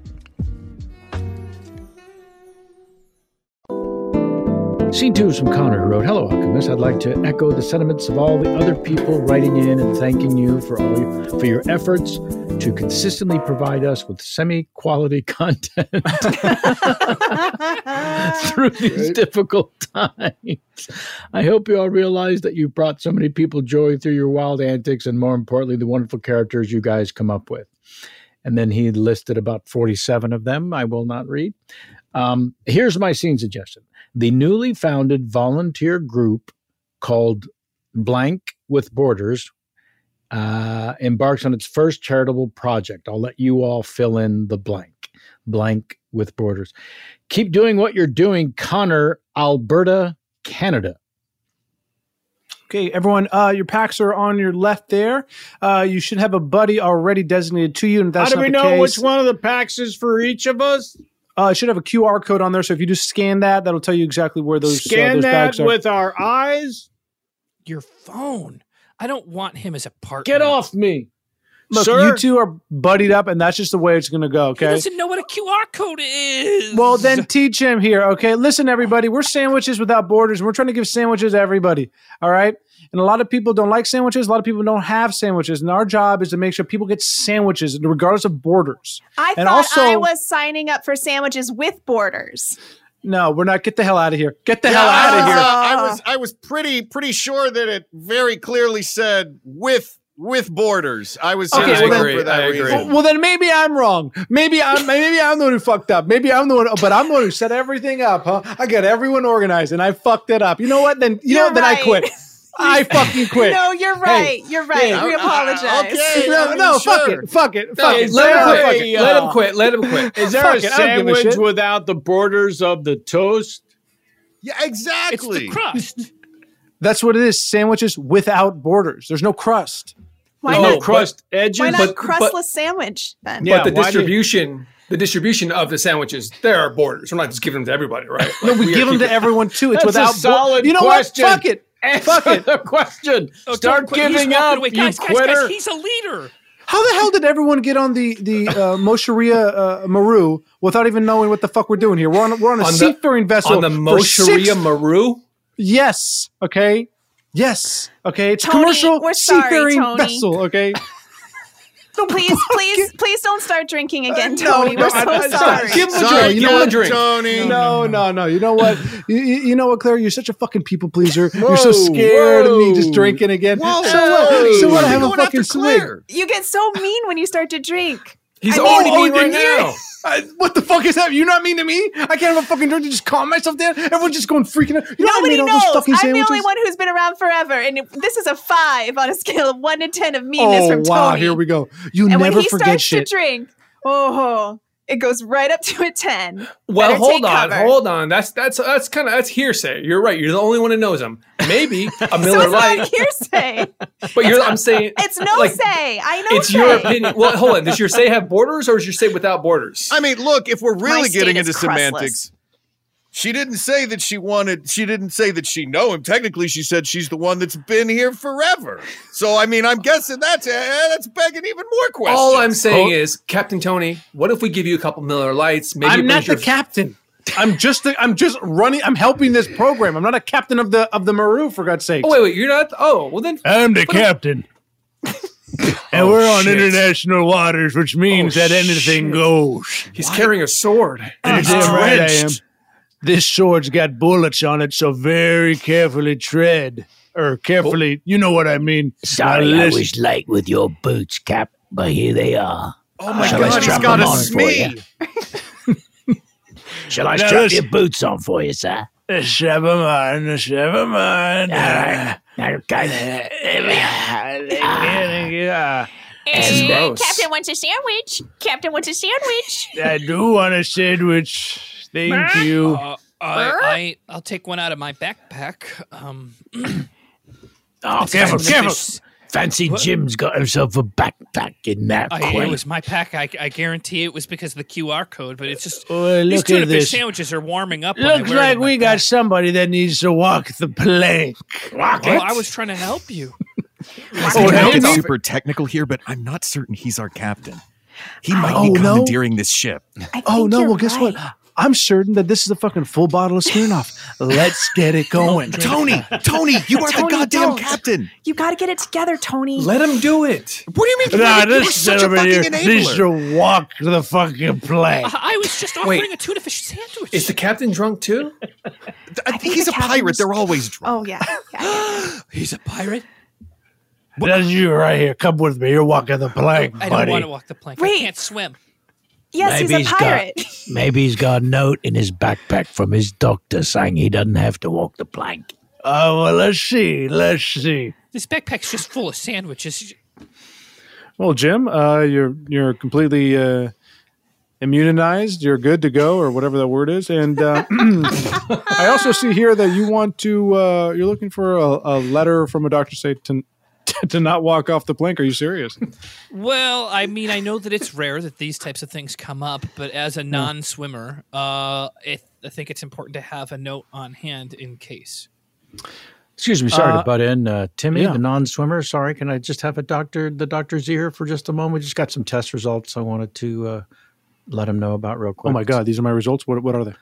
C: Scene two is from Connor, who wrote, Hello, Alchemist. I'd like to echo the sentiments of all the other people writing in and thanking you for all your, for your efforts to consistently provide us with semi quality content through these difficult times. I hope you all realize that you brought so many people joy through your wild antics and, more importantly, the wonderful characters you guys come up with. And then he listed about 47 of them I will not read. Um, here's my scene suggestion the newly founded volunteer group called Blank with Borders uh, embarks on its first charitable project. I'll let you all fill in the blank. Blank with Borders. Keep doing what you're doing, Connor, Alberta, Canada.
I: Okay, everyone, uh, your packs are on your left there. Uh, you should have a buddy already designated to you. And if that's
J: How do
I: not
J: we
I: the
J: know
I: case-
J: which one of the packs is for each of us?
I: Uh, it should have a QR code on there, so if you just scan that, that'll tell you exactly where those, uh,
J: Scan
I: those
J: that
I: bags are.
J: with our eyes.
F: Your phone. I don't want him as a partner.
J: Get off me.
I: Look,
F: Sir?
I: you two are buddied up, and that's just the way it's going to go.
F: He
I: Okay.
F: doesn't know what a QR code is.
I: Well, then teach him here. Okay. Listen, everybody, we're sandwiches without borders, and we're trying to give sandwiches to everybody. All right. And a lot of people don't like sandwiches. A lot of people don't have sandwiches, and our job is to make sure people get sandwiches, regardless of borders.
E: I
I: and
E: thought
I: also,
E: I was signing up for sandwiches with borders.
I: no, we're not. Get the hell out of here. Get the
H: Yeah,
I: hell out
H: I
I: of
H: was,
I: here.
H: uh, I was I was pretty pretty sure that it very clearly said with with borders. I was
I: Okay,
H: certain
I: well then-
H: for that
I: I
H: reason.
I: Well, well, then maybe I'm wrong. Maybe I'm maybe I'm the one who fucked up. Maybe I'm the one, but I'm the one who set everything up. Huh? I got everyone organized, and I fucked it up. You know what? Then you know
E: You're
I: what? then I
E: right.
I: quit. I fucking quit. uh,
E: No, you're right. You're right. We apologize. Okay,
I: no,
E: I mean,
I: no, fuck
E: sure.
I: it. Fuck it. Fuck
J: Hey,
I: it.
J: let him
I: Fuck
J: quit.
I: it.
J: Let him
D: quit. Let him quit.
J: Is there a
I: Fuck it, I don't give a
J: sandwich
I: shit.
J: without the borders of the toast?
H: Yeah, exactly.
J: crust.
I: That's what it is. Sandwiches without borders. There's no crust.
D: Why
I: There's
D: not-
I: no crust
D: but-
I: edges?
E: Why not
D: But-
E: crustless
D: but-
E: sandwich then?
D: but the distribution, the distribution of the sandwiches, there are borders. We're not just giving them to everybody, right?
I: No, we give them to everyone too. It's
D: That's a
I: without
D: solid
I: You know
D: question.
I: what? Fuck it. Fuck it.
J: question.
I: Start giving up, you
F: guys, guys,
I: quitter.
F: Guys, he's a leader.
I: How the hell did everyone get on the the uh, Mosheria uh, Maru without even knowing what the fuck we're doing here? We're on we're on a
D: On the-
I: seafaring vessel
D: on the
I: for six-
D: Mosheria Maru.
I: Yes. Okay. Yes. Okay. It's a
E: Tony,
I: commercial
E: we're sorry,
I: seafaring
E: Tony.
I: vessel. Okay.
E: Please, please, please don't start drinking again,
I: Uh, no,
E: Tony.
I: no,
E: We're
I: I- I-
E: so sorry.
I: Give him a
E: Sorry,
I: drink. You
E: give
I: know
E: him a
I: what?
E: drink.
H: Tony.
I: No, no, no. You know what? You, you you know what, Claire? You're such a fucking people pleaser. You're so
E: Whoa,
I: scared of me just drinking again.
E: Whoa.
I: so what? So what? I have a
E: Going after
I: fucking swig.
E: You get so mean when you start to drink.
I: He's
E: I
I: already
E: mean-
I: mean right now. I- what the fuck is that? You're not mean to me. I can't have a fucking drink to just calm myself down. Everyone's just going freaking out. You know
E: Nobody
I: I made all
E: knows.
I: those
E: I'm
I: fucking
E: the only
I: sandwiches.
E: one who's been around forever, and it- this is a five on a scale of one to ten of meanness
I: oh
E: from
I: wow,
E: Tony.
I: here we go. You
E: and
I: never
E: when he
I: forget
E: starts
I: shit.
E: to drink, oh, it goes right up to a ten.
D: Well,
E: Better
D: hold
E: take
D: on,
E: cover.
D: hold on. That's that's that's kind of that's hearsay. You're right. You're the only one who knows them. Maybe a Miller
E: so it's
D: Lite,
E: not hearsay.
D: but you're. I'm saying
E: It's no
D: like,
E: say. I know.
D: It's your
E: say.
D: opinion. Well, hold on. Does your say have borders, or is your say without borders?
H: I mean, look, if we're
D: My
H: really
D: state
H: getting
D: is
H: into
D: crustless.
H: semantics, she didn't say that she wanted, she didn't say that she know him. Technically, she said she's the one that's been here forever. So, I mean, I'm guessing that's, eh, that's begging even more questions.
D: All I'm saying is, Captain Tony, what if we give you a couple Miller Lights? Maybe
I: I'm
D: it
I: not
D: brings
I: the
D: your-
I: captain. I'm just the, I'm just running. I'm helping this program. I'm not a captain of the of the Maru for God's sake.
D: Oh wait, wait, you're not. Oh well, then Oh,
J: I'm the captain. Uh, and we're on
D: shit. Oh,
J: international waters, which means that anything goes.
D: he's carrying a sword.
J: And
D: it's
J: damn right I am.
D: drenched.
J: This sword's got bullets on it, so very carefully tread. Or carefully, you know what I mean.
O: Sorry, I
J: Now listen-
O: was late with your boots, Cap, but here they are.
J: Oh my
O: Shall I
J: God, he's
O: strap
J: got
O: them
J: a
O: on for
J: smee.
O: you? Shall I
J: Now
O: strap
J: listen. Uh,
O: your boots on for you, sir?
J: Let's have them on, let's have them on.
O: All right.
J: Uh,
O: Okay.
J: Yeah.
E: Eh, Captain wants a sandwich. Captain wants a sandwich.
J: I do want a sandwich. Thank
D: Ah.
J: you.
D: Oh,
F: Uh, I, I I'll take one out of my backpack. Um,
O: Oh,
F: It's
O: careful,
F: fine.
O: careful.
F: It's-
O: Fancy
F: What?
O: Jim's got himself a backpack in that
J: Oh,
F: I, it was my pack. I, I guarantee it was because of the QR code, but it's just
J: Well,
F: these
J: look
F: tuna
J: at
F: fish
J: this.
F: sandwiches are warming up. when I
J: Looks
F: wear it
J: like
F: in my-
J: we got somebody that needs to walk the plank. Walk
F: Well, Oh, I was trying to help you.
G: Oh,
J: Oh,
G: now
J: no.
G: it's super technical here, but I'm not certain he's our captain. He might
I: Oh,
G: be
I: no?
G: commandeering this ship.
I: oh no! Well, guess what? I'm certain that this is a fucking full bottle of Smirnoff. Let's get it
D: Oh,
I: going,
G: Tony, Tony, you are the
E: Tony,
G: goddamn
E: don't.
G: captain.
E: You got to get it together, Tony.
D: him do it.
G: What do you
E: mean you let
J: Nah,
E: him do it?
J: this
E: You're such a
J: gentleman here
E: fucking
J: needs
E: enabler.
J: to walk the fucking
E: Uh,
J: plank.
F: I was just
D: Wait.
F: offering a tuna fish sandwich.
D: Is the captain drunk too?
G: He's a pirate. They're always drunk.
E: Oh yeah.
F: He's a pirate.
J: That's you right here. Come with me. You're walking the plank,
F: I don't
J: buddy.
F: want to walk the plank. I can't swim.
E: Yes,
O: Maybe
E: he's
O: he's
E: a
O: got-
E: pirate.
O: Maybe he's got a note in his backpack from his doctor saying he doesn't have to walk the plank.
J: Oh, well, let's see. Let's see.
F: This backpack's just full of sandwiches.
I: Well, Jim, uh, you're you're completely uh, immunized. You're good to go, or whatever that word is. And uh, I also see here that you want to. Uh, you're looking for a, a letter from a doctor say to to not walk off the plank. Are you serious?
F: Well, I mean, I know that it's rare that these types of things come up, but as a non-swimmer, uh, it, I think it's important to have a note on hand in case.
C: Excuse me, sorry
F: Uh,
C: to butt in, uh, Timmy,
F: yeah.
C: the non-swimmer. Sorry, can I just have a doctor, the doctor's ear for just a moment? Just got some test results I wanted to uh, let him know about real quick.
I: Oh my God, these are my results. What what are they?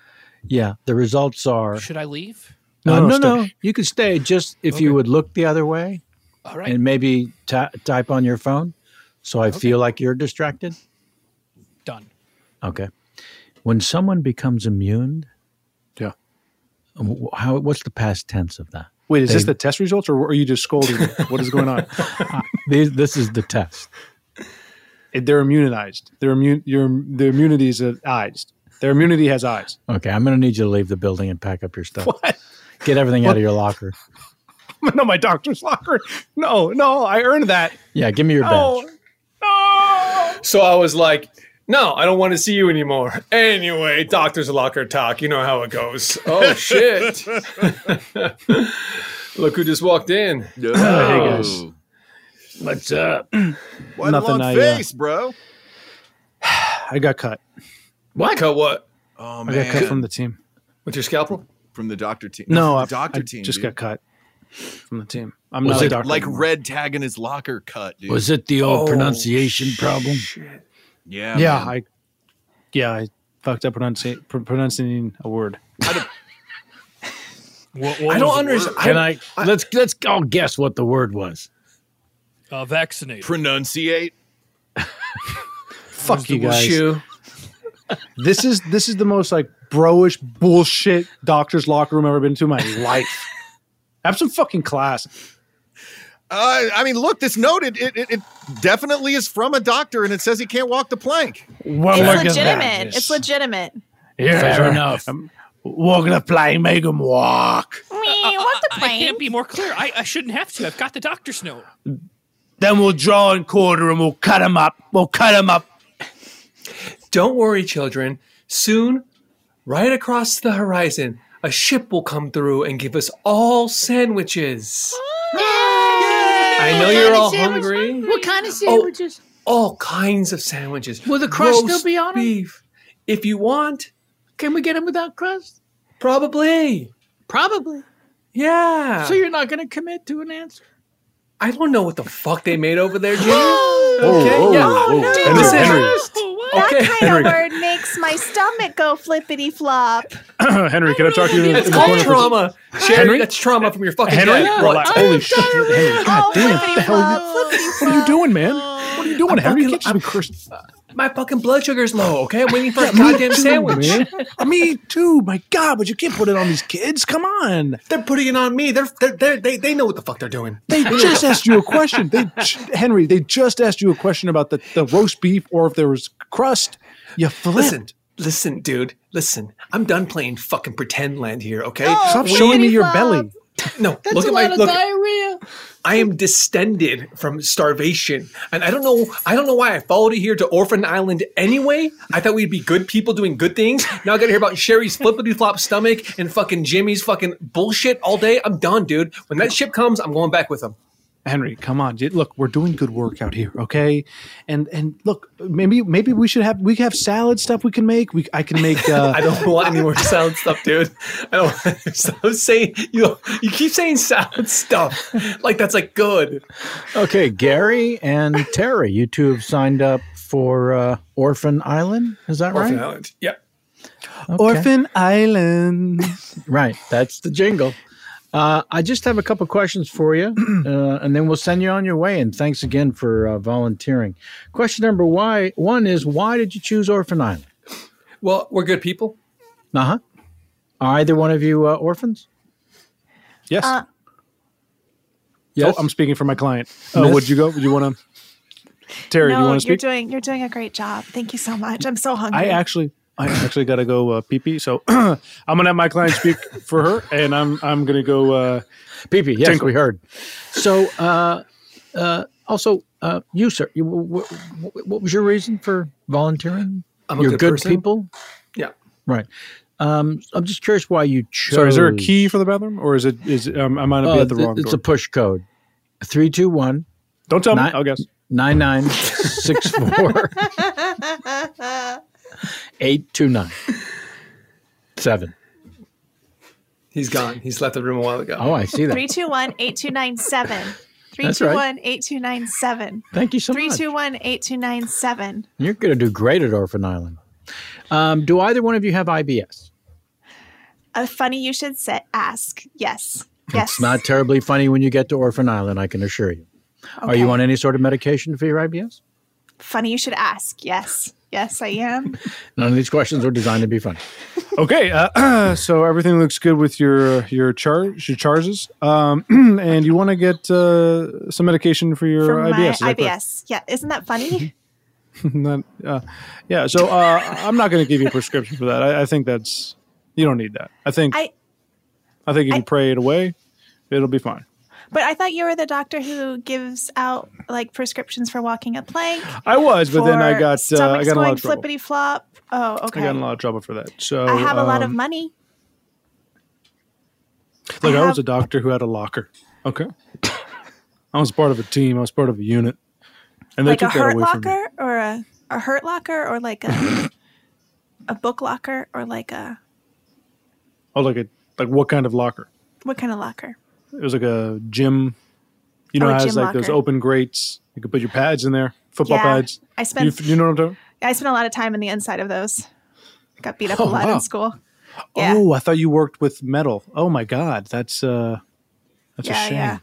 C: Yeah, the results are.
F: Should I leave?
C: No,
I: No,
C: no,
I: no,
C: Uh, no, You can stay. Just if you would look the other way,
F: All right.
C: and maybe ta type on your phone, so I feel like you're distracted.
F: Done.
C: Okay. When someone becomes immune,
I: yeah.
C: How? What's the past tense of that?
I: Wait, is this
C: They-
I: the test results, or are you just scolding? me? what is going on?
C: these, this is the test.
I: They're immunized. They're immune. Your their immunity is uh, eyes. Their immunity has eyes.
C: Okay, I'm going to need you to leave the building and pack up your stuff. Get everything out of your locker.
I: no, my doctor's locker. No, no, I earned that. Oh.
C: Yeah, give me your badge.
I: No.
D: So I was like, No, I don't want to see you anymore. Anyway, doctor's locker talk. You know how it goes. Oh shit! Look who just walked in.
J: Hey, guys.
D: What's up?
G: One
I: Nothing,
G: long
I: I, uh,
G: face, bro.
I: I got cut.
D: What? Cut what?
G: Oh
I: I got cut from the team.
D: With your scalpel?
G: From the doctor team.
I: No,
G: from
I: I,
G: the doctor
I: I
G: team.
I: just
G: dude.
I: got cut from the team. I'm
G: Was
I: not a
G: it
I: doctor.
G: like red tag in his locker cut, dude.
O: Was it the old
I: Oh,
O: pronunciation problem?
G: Yeah.
I: yeah, I, yeah, I fucked up pronunci- pr- pronouncing a word.
F: what
D: I don't
F: was the
D: understand.
F: word?
O: Can I, let's let's all guess what the word was.
F: Uh, vaccinated.
G: Pronunciate.
I: Fuck
F: Where's
I: you
F: the word?
I: guys.
F: Shoe.
I: this is this is the most like broish bullshit doctor's locker room I've ever been to in my life. Have some fucking class.
G: Uh, I mean, look, this note, it, it, it definitely is from a doctor and it says he can't walk the plank.
O: Well,
E: it's legitimate. It's legitimate.
O: Yeah,
I: Fair
O: fair enough.
I: Um,
O: Walking a plane, make him walk.
E: what the
F: Uh, I can't be more clear. I, I shouldn't have to. I've got the doctor's note.
O: Then we'll draw and quarter him. We'll cut him up. We'll cut him up.
D: Don't worry, children. Soon, right across the horizon, a ship will come through and give us all sandwiches. I know you're all hungry.
P: What kind of sandwiches?
D: All kinds of sandwiches.
P: Will the crust still
D: Roast
P: be on 'em?
D: Beef. If you want,
P: Can we get them without crust?
D: probably.
P: Probably.
D: Yeah.
P: So you're not going to commit to an answer?
D: I don't know what the fuck they made over there, Jimmy. okay.
P: oh,
D: yeah.
P: oh,
D: No,
P: Henry,
D: listen.
P: Henry.
E: That
D: Okay.
E: kind
I: Henry.
E: of word makes my stomach go flippity flop.
I: Henry, can I talk to you? in the-
D: It's
I: in the
D: called
I: corner, please?
D: trauma. Sherry, that's trauma from your fucking
I: Henry,
D: head.
I: relax.
D: What?
I: Holy shit, Henry! God damn, what the hell? are you- What are you doing, man? What are you doing, Henry? You can't just be cursed.
D: My fucking blood sugar's low, okay? I'm waiting for
I: Yeah,
D: a goddamn sandwich.
I: Me too. My God, but you can't put it on these kids. Come on.
D: They're putting it on me. They're, they're, they're they they know what the fuck they're doing.
I: They
D: know
I: just
D: what the-
I: asked you a question. They, Henry, they just asked you a question about the, the roast beef or if there was crust. You flipped.
D: Listen, listen, dude. Listen, I'm done playing fucking pretend land here, okay?
I: Stop showing me your belly.
D: No,
P: Oh, That's
D: look
P: a
D: at
P: lot
D: my
P: of
D: look.
P: diarrhea.
D: I am distended from starvation, and I don't know. I don't know why I followed it here to Orphan Island anyway. I thought we'd be good people doing good things. Now I got to hear about Sherry's flippity flop stomach and fucking Jimmy's fucking bullshit all day. I'm done, dude. When that ship comes, I'm going back with him.
I: Henry, come on. You- Look, we're doing good work out here, okay? And and look, maybe maybe we should have we have salad stuff we can make. We I can make uh,
D: I don't want any more salad stuff, dude. I don't. So I'm saying you. You keep saying salad stuff like that's like good.
C: Okay, Gary and Terry, you two have signed up for uh, Orphan Island. Is that
D: Orphan
C: right?
D: Island. Yep.
C: Orphan
I: Island.
C: right, that's the jingle. Uh, I just have a couple questions for you, uh, and then we'll send you on your way. And thanks again for uh, volunteering. Question number why one is why did you choose Orphan Island?
D: Well, we're good people.
C: Uh huh. Are either one of you uh, orphans?
I: Yes.
E: Uh,
I: Yes. I'm speaking for my client. Uh,
C: Miss?
I: would you go? Would you want to? Terry, do you
E: no,
I: want to
E: you're
I: speak?
E: doing you're doing a great job. Thank you so much. I'm so hungry.
I: I actually, I actually got to go uh, pee pee. So I'm gonna have my client speak for her, and I'm I'm gonna go uh,
C: pee pee. Yes, we heard. So, uh, uh, also, uh, you, sir, you, wh- wh- what was your reason for volunteering?
D: I'm a
C: You're
D: good person.
C: people,
D: Yeah.
C: right? Um, I'm just curious why you chose.
I: Sorry, is there a key for the bathroom, or is it is it- um, I might be
C: Uh,
I: at the
C: th-
I: wrong
C: It's
I: door?
C: a push code. Three, two, one.
I: Don't tell me.
C: nine-
I: I'll guess.
C: Nine nine six four eight two nine seven.
D: He's gone. He's left the room a while ago.
C: Oh, I see that.
E: Three two one eight two nine seven. Three
C: That's
E: two
C: right.
E: one eight two nine seven.
C: Thank you so
E: Three
C: much.
E: two one eight two nine seven.
C: You're going to do great at Orphan Island. Um, do either one of you have IBS?
E: Uh, funny you should say ask. Yes. Yes.
C: It's not terribly funny when you get to Orphan Island, I can assure you. Are you
E: Okay.
C: on any sort of medication for your IBS?
E: Funny you should ask. Yes. Yes, I am.
C: None of these questions are designed to be funny.
I: okay, uh, so everything looks good with your your charge your charges, um, and you want to get uh, some medication for your
E: For
I: IBS.
E: my
I: is that correct?
E: IBS. Yeah. Isn't that funny?
I: Not, uh, yeah, so uh, I'm not going to give you a prescription for that. I, I think that's you don't need that. I think I,
E: I-
I: think if you pray it away, it'll be fine.
E: But I thought you were the doctor who gives out like prescriptions for walking a plank.
I: I was, but then I
E: for
I: got, uh, I
E: stomachs
I: got in a lot
E: going
I: of trouble.
E: flippity flop. Oh, okay.
I: I got in a lot of trouble for that. So
E: I have a lot of
I: um,
E: money.
I: Look,
E: I
I: I, was a doctor who had a locker. Okay. I was part of a team. I was part of a unit, and they
E: like a
I: took that
E: hurt
I: away from me.
E: locker or a, a hurt locker or like a a book locker or like a
I: Oh, like a like what kind of locker?
E: what kind of locker?
I: It was like a gym. You know,
E: Oh, a
I: how it has
E: gym
I: like those
E: locker.
I: open grates. You could put your pads in there, football
E: Yeah,
I: pads.
E: I
I: You
E: spent-
I: f- You, know what I'm talking?
E: I spent a lot of time in the inside of those. Got beat up
I: Oh,
E: a lot
I: wow.
E: in school.
I: Oh, I thought you worked with metal. Oh my God, that's uh, that's
E: Yeah,
I: a shame.
E: yeah.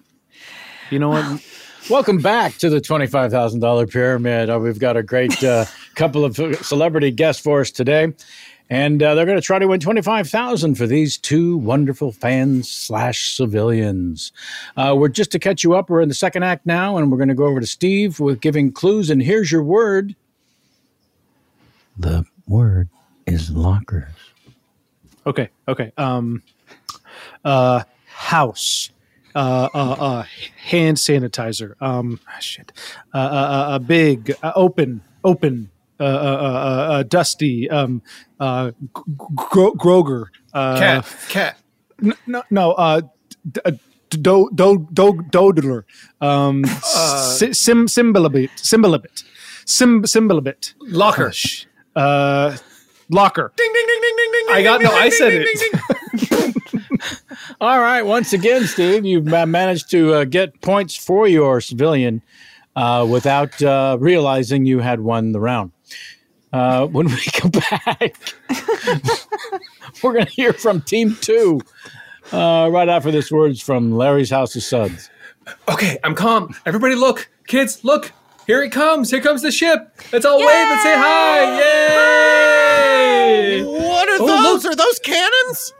I: You know what?
C: Welcome back to the twenty-five thousand dollar pyramid. Uh, we've got a great uh, couple of celebrity guests for us today, and uh, they're going to try to win twenty-five thousand for these two wonderful fans slash civilians. Uh, we're just to catch you up. We're in the second act now, and we're going to go over to Steve with giving clues. And here's your word.
O: The word is lockers.
I: Okay, okay. Um, uh, house, uh, uh, uh, hand sanitizer. Um, ah, shit. Uh, uh, uh, uh, big, uh, open, open. Uh, uh, uh, uh, dusty. Um, uh, g- g- gro- Groger. Uh,
H: Cat, cat.
I: N- no, no. Uh, d- uh, do do do doodler. Um,
H: Uh.
I: si- sim symbolabit symbolabit sim symbolabit Oh,
D: Locker.
I: Uh, locker.
D: Ding ding ding ding ding ding.
I: I got-
D: ding,
I: no, I
D: ding,
I: said
D: ding,
I: it.
D: ding, ding, ding.
C: All right. Once again, Steve, you've ma- managed to uh, get points for your civilian uh, without uh, realizing you had won the round. Uh, when we come back, we're going to hear from Team Two uh, right after this. Words from Larry's House of Suds.
D: Okay, I'm calm. Everybody, look, kids, look. Here it comes. Here comes the ship. Let's all wave and say hi. Yay!
H: What are
D: Oh,
H: those?
D: look.
H: Are those cannons?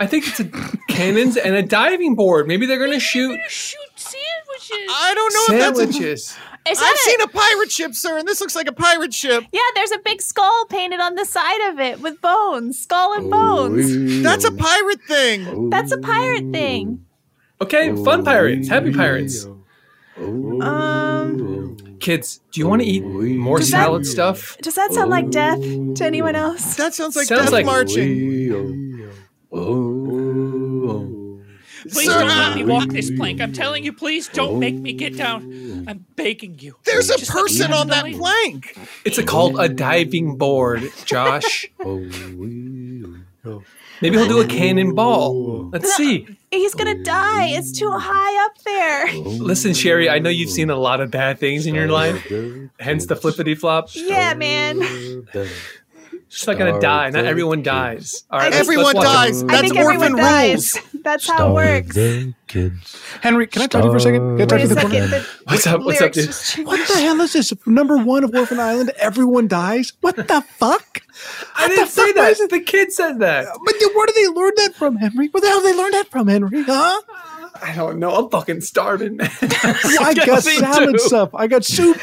D: I think it's a cannons and a diving board. Maybe they're gonna shoot
H: Sandwiches. I don't know if that's a
D: sandwiches.
E: Is
H: I've
E: that
H: seen a pirate ship, sir, and this looks like a pirate ship.
E: Yeah, there's a big skull painted on the side of it with bones, skull and bones.
H: That's a pirate thing.
E: That's a pirate thing.
D: Okay, fun pirates, happy pirates.
E: Um,
D: Kids, do you want to eat more
E: Does that-
D: salad stuff?
E: does that sound like death to anyone else?
H: That sounds
E: like
D: Sounds death like-
F: Please
H: Sir,
F: don't let
H: uh,
F: me walk this plank. I'm telling you, please don't make me get down. I'm begging you.
H: There's a
F: let me
H: person
F: have
H: on
F: the
H: that
F: lane.
H: plank.
D: It's a, called a diving board, Josh. Maybe he'll do a cannonball. Let's see.
E: He's gonna die. It's too high up there.
D: Oh, Listen, Sherry, I know you've seen a lot of bad things in your life, hence the flippity flop.
E: Yeah, man.
D: She's not gonna die. Not everyone dies. All right, let's-
H: Everyone
D: let's watch
H: dies.
D: it.
E: I think everyone dies. That's how it works.
I: Henry, can I talk to you for a second? Can I talk
E: Wait a
I: to you for
E: second. The
D: What's up? What's up,
E: lyrics
D: dude?
E: just changed.
I: What the hell is this? Number one of Orphan Island, everyone dies. What the fuck?
D: I didn't say that. The kid said that.
I: But then where do they learn that from, Henry? Where the hell did they learn that from, Henry? Huh?
D: I don't know. I'm fucking starving. man.
I: I got
D: Me
I: salad
D: too.
I: stuff. I got soup.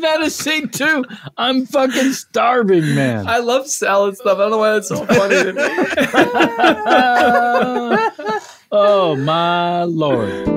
C: That is scene two. I'm fucking starving, man.
D: I love salad stuff. I don't know why that's so funny to me.
C: Oh my lord.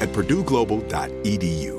M: at purdueglobal.edu.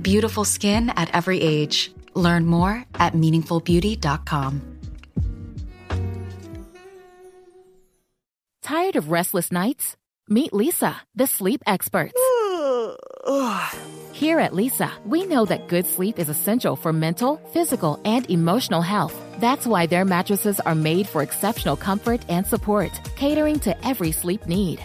Q: Beautiful skin at every age. Learn more at meaningfulbeauty.com.
R: Tired of restless nights? Meet Lisa, the sleep experts. Here at Lisa, we know that good sleep is essential for mental, physical, and emotional health. That's why their mattresses are made for exceptional comfort and support, catering to every sleep need.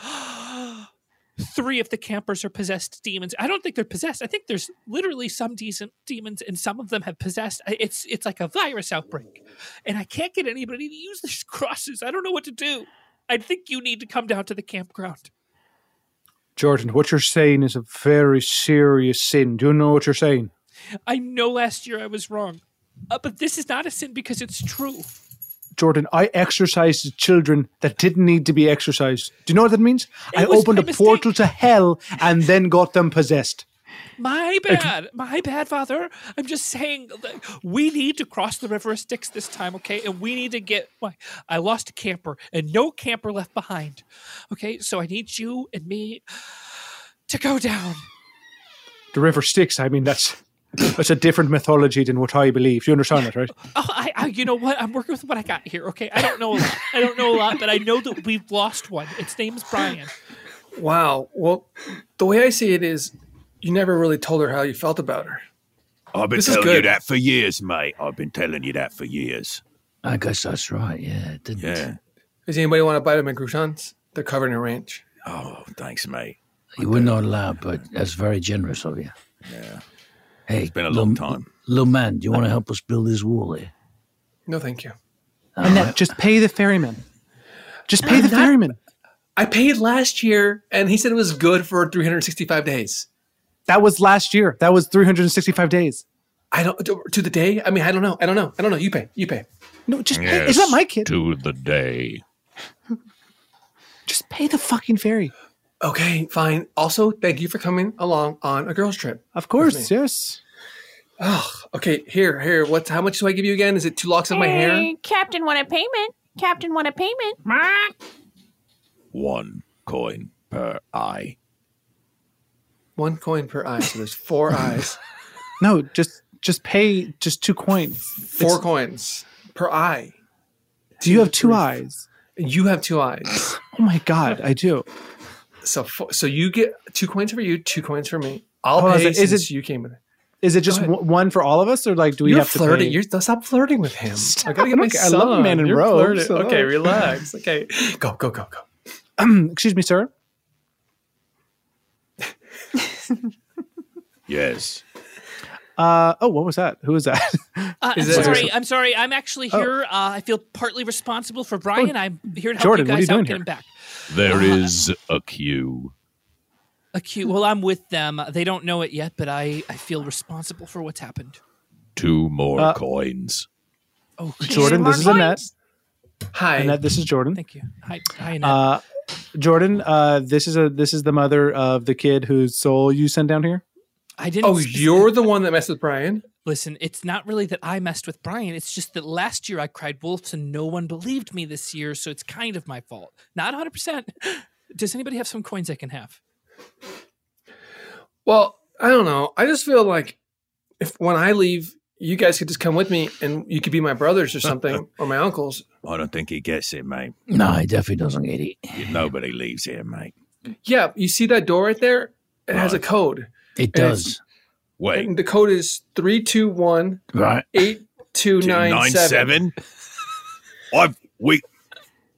F: three of the campers are possessed demons. I don't think they're possessed. I think there's literally some decent demons, and some of them have possessed. I- It's it's like a virus outbreak, and I can't get anybody to use these crosses. I don't know what to do. I think you need to come down to the campground.
I: Jordan, what you're saying is a very serious sin. Do you know what you're saying?
F: I know last year I was wrong, uh, but this is not a sin because it's true.
I: Jordan, I exercised children that didn't need to be exercised. Do you know what that means? I
F: was
I: opened a
F: my
I: portal to hell and then got them possessed.
F: My bad. My bad, Father. I'm just saying like, we need to cross the River of Styx this time, okay? And we need to get. Why? I lost a camper and no camper left behind, okay? So I need you and me to go down.
I: The river Styx, I mean, that's that's a different mythology than what I believe. You understand that, right?
F: Oh, I, I, you know what? I'm working with what I got here, okay? I don't know a lot. I don't know a lot, but I know that we've lost one. Its name is Brian.
D: Wow. Well, the way I see it is, you never really told her how you felt about her.
S: I've been
D: This is
S: telling you
D: good.
S: that for years, mate. I've been telling you that for years.
O: I guess that's right. Yeah, it didn't.
S: Yeah.
D: Does anybody want to bite of my croutons? They're covered in ranch.
S: Oh, thanks, mate.
O: You were not allowed, but that's very generous of you.
S: Yeah.
O: Hey,
S: It's been a
O: little-
S: long time.
O: Little man, do you want to help us build this wall here?
D: No, thank you.
I: Annette, just pay the ferryman. Just pay the ferryman.
D: I paid last year, and he said it was good for 365 days.
I: That was last year. That was 365 days.
D: I don't to, to the day. I mean, I don't know. I don't know. I don't know. You pay. You pay.
I: No, just pay. It's not my kid.
S: To the day.
I: Just pay the fucking ferry.
D: Okay, fine. Also, thank you for coming along on a girls trip.
I: Of course, yes.
D: Oh, okay. Here, here. What's how much do I give you again? Is it two locks of my hair?
E: Hey, Captain want a payment. Captain want a payment.
S: One coin per eye.
D: One coin per eye. So there's four eyes.
I: No, just just pay just two coins.
D: Four coins per eye.
I: Do you have two eyes?
D: You have two eyes.
I: Oh my god, I do.
D: So fo- so you get two coins for you, two coins for me. I'll
I: Hold on a
D: pay
I: sec. Is
D: since
I: it-
D: you came with it.
I: Is it just w- one for all of us, or like do we
D: You're
I: have
D: flirting.
I: to?
D: You're- stop flirting with him. I gotta get my
I: I, I love a
D: son.
I: man in
D: You're flirting.
I: robes. so-
D: Okay, relax. Okay, go go go go.
I: Excuse me, sir.
S: Yes.
I: Uh, oh, what was that? Who was that?
F: Uh, I'm
I: Is it-
F: sorry. I'm sorry. I'm actually
I: Oh.
F: here. Uh, I feel partly responsible for Brian. I'm here to help
I: Jordan,
F: you
I: what are
F: guys out
I: you doing
F: get
I: here?
F: him back.
S: There is a queue.
F: A cute. Well, I'm with them. They don't know it yet, but I, I feel responsible for what's happened.
S: Two more
F: Uh,
S: coins.
F: Oh,
I: Jordan, this is Annette.
D: Hi,
I: Annette. This is Jordan.
F: Thank you. Hi, hi Annette.
I: Uh, Jordan, uh, this is a this is the mother of the kid whose soul you sent down here.
F: I didn't.
D: Oh, you're the one that messed with Brian.
F: Listen, it's not really that I messed with Brian. It's just that last year I cried wolves and no one believed me this year, so it's kind of my fault. Not 100%. Does anybody have some coins I can have?
D: Well, I don't know. I just feel like if when I leave, you guys could just come with me, and you could be my brothers or something, or my uncles.
S: I don't think he gets it, mate.
O: No, he definitely doesn't get it.
S: Nobody leaves here, mate.
D: Yeah, you see that door right there? It has a code.
O: It
D: And
O: does.
D: it's- and the code is three two one
O: Right.
D: eight two nine seven.
S: I've we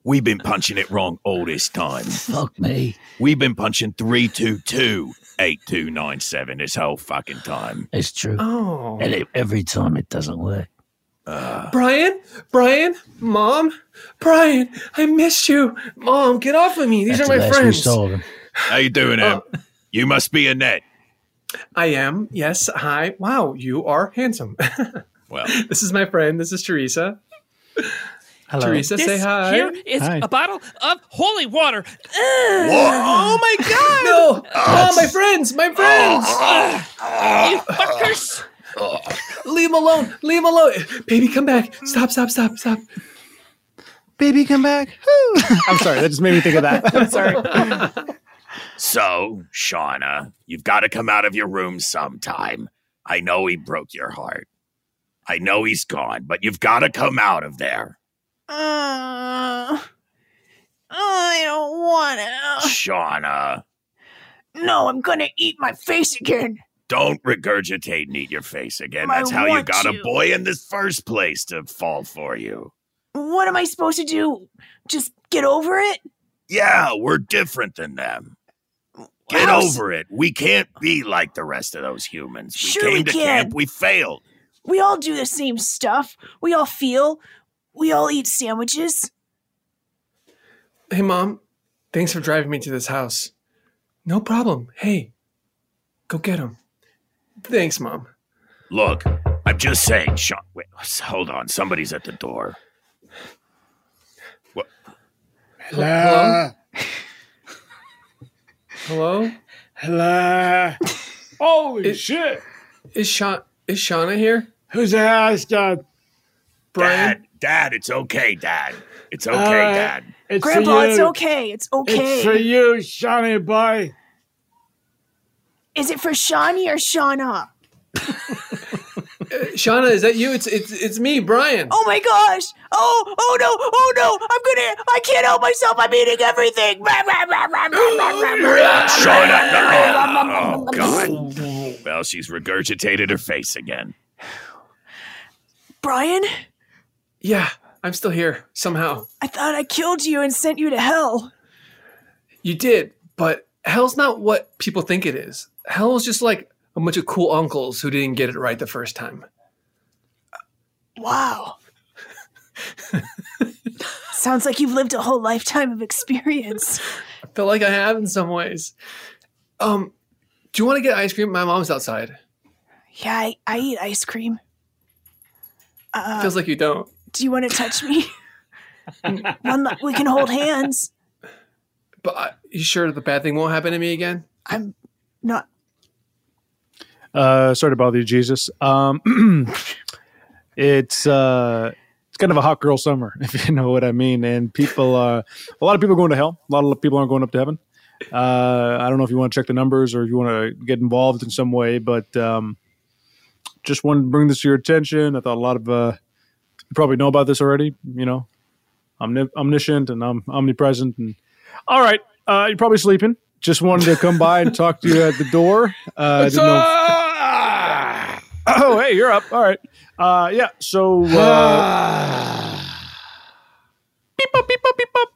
S: we've been punching it wrong all this time.
O: Fuck me.
S: We've been punching three two two eight two nine seven this whole fucking time.
O: It's true.
D: Oh.
O: And it, every time it doesn't work.
S: Uh.
D: Brian, Brian, Mom, Brian, I missed you. Mom, get off of me. These
O: That's
D: are
O: the
D: my
O: last we
D: friends. Oh.
O: saw of him.
S: How you doing, Em? you must be Annette.
D: I am. Yes. Hi. Wow. You are handsome.
S: well,
D: this is my friend. This is Teresa.
I: Hello.
D: Teresa, say
F: This
D: hi.
F: Here is a bottle of holy water.
D: Oh my God! no! Oh, my friends! My friends!
F: you fuckers!
D: Leave him alone! Leave him alone! Baby, come back! Stop! Stop! Stop! Stop!
I: Baby, come back. I'm sorry. That just made me think of that. I'm sorry.
T: So, Shauna, you've got to come out of your room sometime. I know he broke your heart. I know he's gone, but you've got to come out of there.
U: Uh, I don't want to.
T: Shauna,
U: No, I'm gonna eat my face again.
T: don't regurgitate and eat your face again.
U: I
T: That's how you
U: want
T: got
U: to.
T: a boy in the first place to fall for you.
U: What am I supposed to do? Just get over it?
T: Yeah, we're different than them. Get
U: house.
T: over it. We can't be like the rest of those humans. We
U: Sure
T: came
U: we
T: to
U: can.
T: camp, we failed.
U: We all do the same stuff. We all feel. We all eat sandwiches.
D: Hey, mom. Thanks for driving me to this house. No problem. Hey, go get him. Thanks, mom.
T: Look, I'm just saying, Sean. Wait, s- hold on. Somebody's at the door. What?
P: Hello?
D: Hello?
P: Hello?
D: Holy shit! Is Sha- is Shauna here?
P: Who's the house, Dad?
T: Brian? Dad, Dad, it's okay, Dad. It's okay,
P: All right.
T: Dad.
P: Uh, It's for
U: Grandpa, it's
P: you.
U: okay. It's okay.
P: It's for you, Shawnee boy.
U: Is it for Shawnee or Shauna?
D: Uh, Shauna, is that you? It's it's it's me, Brian.
U: Oh my gosh! Oh, oh no, oh no! I'm gonna, I can't help myself. I'm eating everything.
T: uh, Shauna. Oh, God. oh, Well, she's regurgitated her face again.
U: Brian,
D: Yeah, I'm still here somehow.
U: I thought I killed you and sent you to hell.
D: You did, but hell's not what people think it is. Hell is just like a bunch of cool uncles who didn't get it right the first time.
U: Wow. Sounds like you've lived a whole lifetime of experience.
D: I feel like I have in some ways. Um, do you want to get ice cream? My mom's outside.
U: Yeah, I, I eat ice cream. Uh,
D: Feels like you don't.
U: Do you want to touch me? One, la- we can hold hands.
D: But I, you sure the bad thing won't happen to me again?
U: I'm not.
I: Uh, sorry to bother you, Jesus. Um, it's uh, it's kind of a hot girl summer, if you know what I mean. And people, uh, a lot of people are going to hell. A lot of people aren't going up to heaven. Uh, I don't know if you want to check the numbers or if you want to get involved in some way, but um, just wanted to bring this to your attention. I thought a lot of uh, you probably know about this already. You know, omni- omniscient and om- omnipresent and all right. Uh, you're probably sleeping. Just wanted to come by and talk to you at the door. Uh, didn't know oh, hey, you're up. All right. Uh, yeah. So. Uh, beep up, beep up, beep up.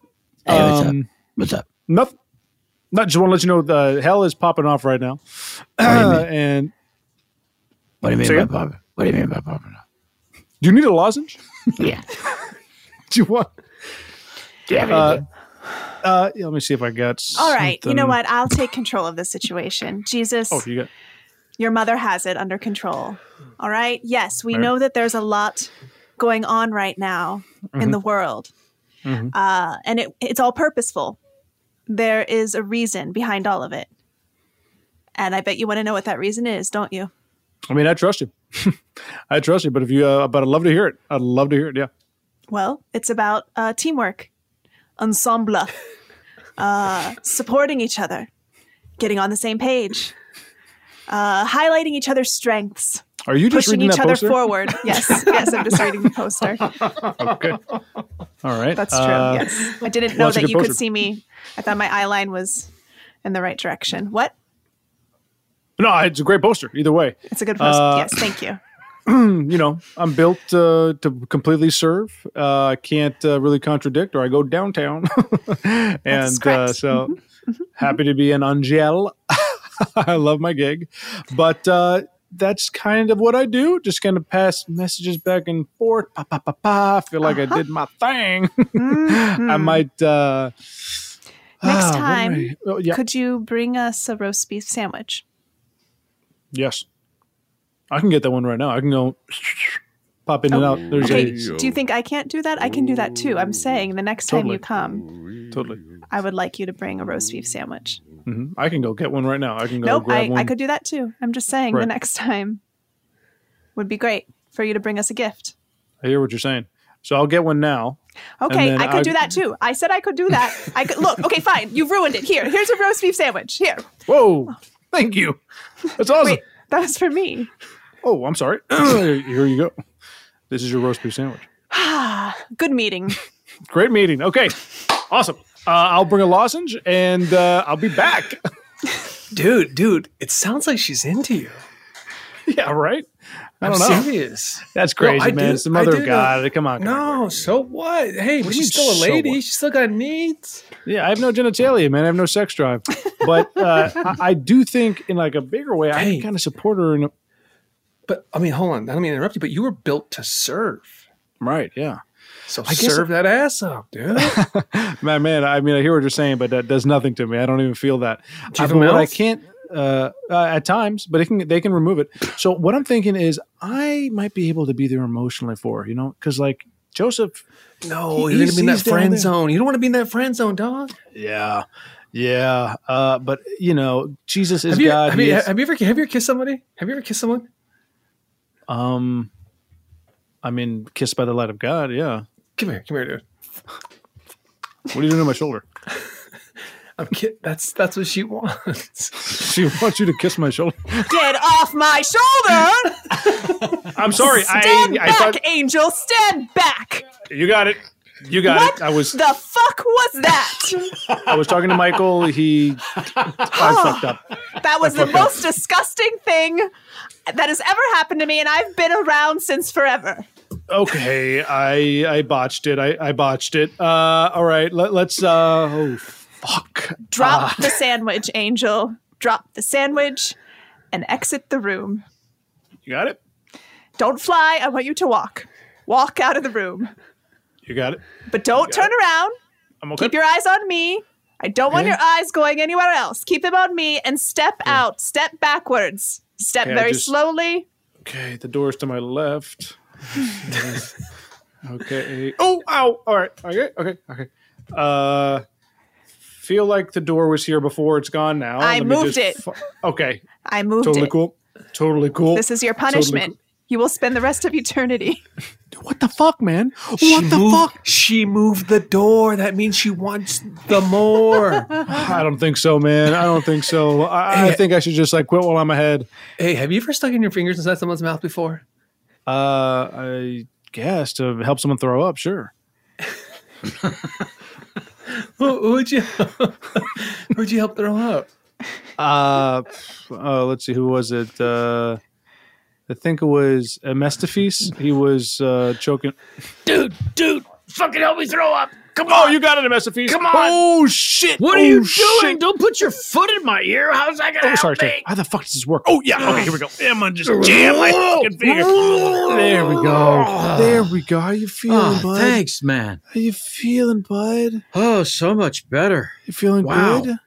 O: Hey, what's up?
I: Um,
O: What's up?
I: Nothing. Not just want to let you know the hell is popping off right now. and
O: What do you mean
I: Say
O: by
I: it?
O: popping? What do you mean by popping?
I: do you need a lozenge?
O: Yeah.
I: do you want?
O: Do you have
I: uh,
O: anything?
I: uh, yeah, let me see if I got.
E: All right, you know
I: something.
E: what? I'll take control of this situation. Jesus,
I: Oh, you got.
E: your mother has it under control. All right. Yes, we
I: All right.
E: know that there's a lot going on right now in
I: Mhm.
E: the world,
D: Mm-hmm.
I: Mhm.
E: uh, and it, it's all purposeful. There is a reason behind all of it, and I bet you want to know what that reason is, don't you?
I: I mean, I trust you. I trust you, but if you, uh, but I'd love to hear it. I'd love to hear it. Yeah.
E: Well, it's about uh, teamwork, ensemble, uh, supporting each other, getting on the same page, uh, highlighting each other's strengths.
I: Are you just
E: pushing
I: reading
E: each
I: that
E: other
I: poster?
E: forward? Yes, yes, I'm just reading the poster.
I: Okay. All right.
E: That's true.
I: Uh,
E: yes, I didn't
I: well,
E: know
I: that's
E: that
I: a good
E: you could
I: poster.
E: see me. I thought my eye line was in the right direction. What?
I: No, it's a great poster. Either way,
E: It's a good poster.
I: Uh,
E: yes, thank you.
I: you know, I'm built uh, to completely serve. Uh, I can't uh, really contradict, or I go downtown. and uh,
A: correct.
I: so
E: Mm-hmm.
I: happy to be an angel. I love my gig, but uh, that's kind of what I do. Just kind of pass messages back and forth. Pa, pa, pa, pa. I feel like
E: Uh-huh.
I: I did my thing. I might. Uh,
E: Mm-hmm. Next
I: ah, what am
E: time,
I: I- oh, yeah.
E: could you bring us a roast beef sandwich?
I: Yes. I can get that one right now. I can go pop in and out. There's
E: Oh, okay.
I: a
E: Do you think I can't do that? I can do that too. I'm saying the next time you
I: Totally.
E: come,
I: totally.
E: I would like you to bring a roast beef sandwich.
I: Mhm. I can go get one right now. I can go
E: nope,
I: grab
E: I,
I: one.
E: I could do that too. I'm just saying the
I: Right.
E: next time would be great for you to bring us a gift.
I: I hear what you're saying. So I'll get one now. and
E: Okay,
I: then
E: I could do that too. I said I could do that. I could look. Okay, fine. You've ruined it. Here, here's a roast beef sandwich. Here,
D: Oh.
I: Whoa! Thank you. That's awesome.
E: that was for me.
I: Oh, I'm sorry. Here you go. This is your roast beef sandwich.
E: Good meeting.
I: Great meeting. Okay, awesome. Uh, I'll bring a lozenge and uh, I'll be back.
D: Dude, dude, it sounds like she's into you.
I: yeah, right. I don't
D: I'm
I: know.
D: serious.
I: That's
D: No,
I: crazy,
D: I
I: man.
D: do-
I: It's the
D: I
I: mother
D: do
I: of God. Come on.
D: No, so what? Hey,
I: What
D: but
I: do you
D: she's still a
I: mean, so
D: lady.
I: what?
D: She's still got needs.
I: Yeah, I have no genitalia, man. I have no sex drive. But uh, I, I do think, in like a bigger way, I can kind of support her. In a,
D: But I mean, hold on. I don't mean to interrupt you, but you were built to serve.
I: Right. Yeah.
D: So
I: I guess-
D: serve that ass up, dude.
I: man, man, I mean, I hear what you're saying, but that does nothing to me. I don't even feel that.
D: Do you
I: Uh,
D: have a
I: but what I
D: mouth?
I: can't uh, uh, at times, but it can they can remove it. So what I'm thinking is, I might be able to be there emotionally for her, you know, because like Joseph,
D: No,
I: he-
D: you're
I: he's-
D: gonna be in that
I: he's down
D: friend
I: there.
D: zone. You don't want to be in that friend zone, dog.
I: Yeah, yeah, uh, but you know, Jesus is
D: have you,
I: God.
D: Have
I: he
D: you,
I: is-
D: have you ever have you ever kissed somebody? Have you ever kissed someone?
I: um, I mean, kissed by the light of God. Yeah,
D: Come here, come here, dude.
I: what are you doing to my shoulder?
D: I'm kidding. That's that's what she wants.
I: she wants you to kiss my shoulder.
E: Get off my shoulder!
J: I'm sorry.
E: Stand
J: I, I
E: back,
J: thought
E: Angel. Stand back.
J: you got it. You got
E: what
J: it. I was
E: the fuck was that?
I: I was talking to Michael. He, I
E: Oh.
I: fucked up.
E: That was
I: I
E: the
I: fucked up.
E: most disgusting thing that has ever happened to me, and I've been around since forever.
I: Okay, I I botched it. I, I botched it. Uh, all right, let, let's. Uh, oh, fuck.
E: Drop
I: Ah.
E: the sandwich, Angel. Drop the sandwich and exit the room.
I: You got it.
E: Don't fly. I want you to walk. Walk out of the room.
I: You got it.
E: But don't turn around.
I: I'm okay.
E: Keep your eyes on me. I don't want
I: Okay.
E: your eyes going anywhere else. Keep them on me and step out. Step backwards. Step
I: Okay, I
E: very
I: just-
E: slowly.
I: Okay, the door's to my left. okay. Oh, ow. All right. Okay. Okay. Okay. Uh, feel like the door was here before. It's gone now.
E: I
I: Let me
E: moved
I: just
E: it.
I: fu- okay.
E: I moved
I: totally
E: it.
I: cool. Totally cool.
E: This is your
I: Totally
E: punishment. You will spend the rest of eternity.
I: What the fuck, man? What
D: the fuck? She moved the door. That means she wants the more.
I: cool. I don't think so, man. I don't think so. I, I
D: Hey.
I: think I should just like quit while I'm ahead.
D: hey, have you ever stuck in your fingers inside someone's mouth before?
I: Uh, I guess to help someone throw up. Sure.
D: Who who would you who'd you help throw up?
I: Uh, uh, let's see, who was it? Uh, I think it was Mestafis. He was uh, choking.
J: dude, dude, fucking help me throw up. Come on, you got it, Mestafis. Come on.
I: Oh shit!
J: What
I: Oh,
J: are you doing?
I: shit.
J: Don't put your foot in my ear. How's that gonna
I: Oh, sorry,
J: help
I: sorry.
J: me?
I: How the fuck does this work? Oh yeah. Okay, here we go.
J: I'm gonna just jam my fucking finger.
I: There we go. There we go. How you feeling,
C: Oh,
I: bud?
C: thanks, man.
I: How you feeling, bud?
C: Oh, so much better.
I: You feeling
C: wow.
I: good?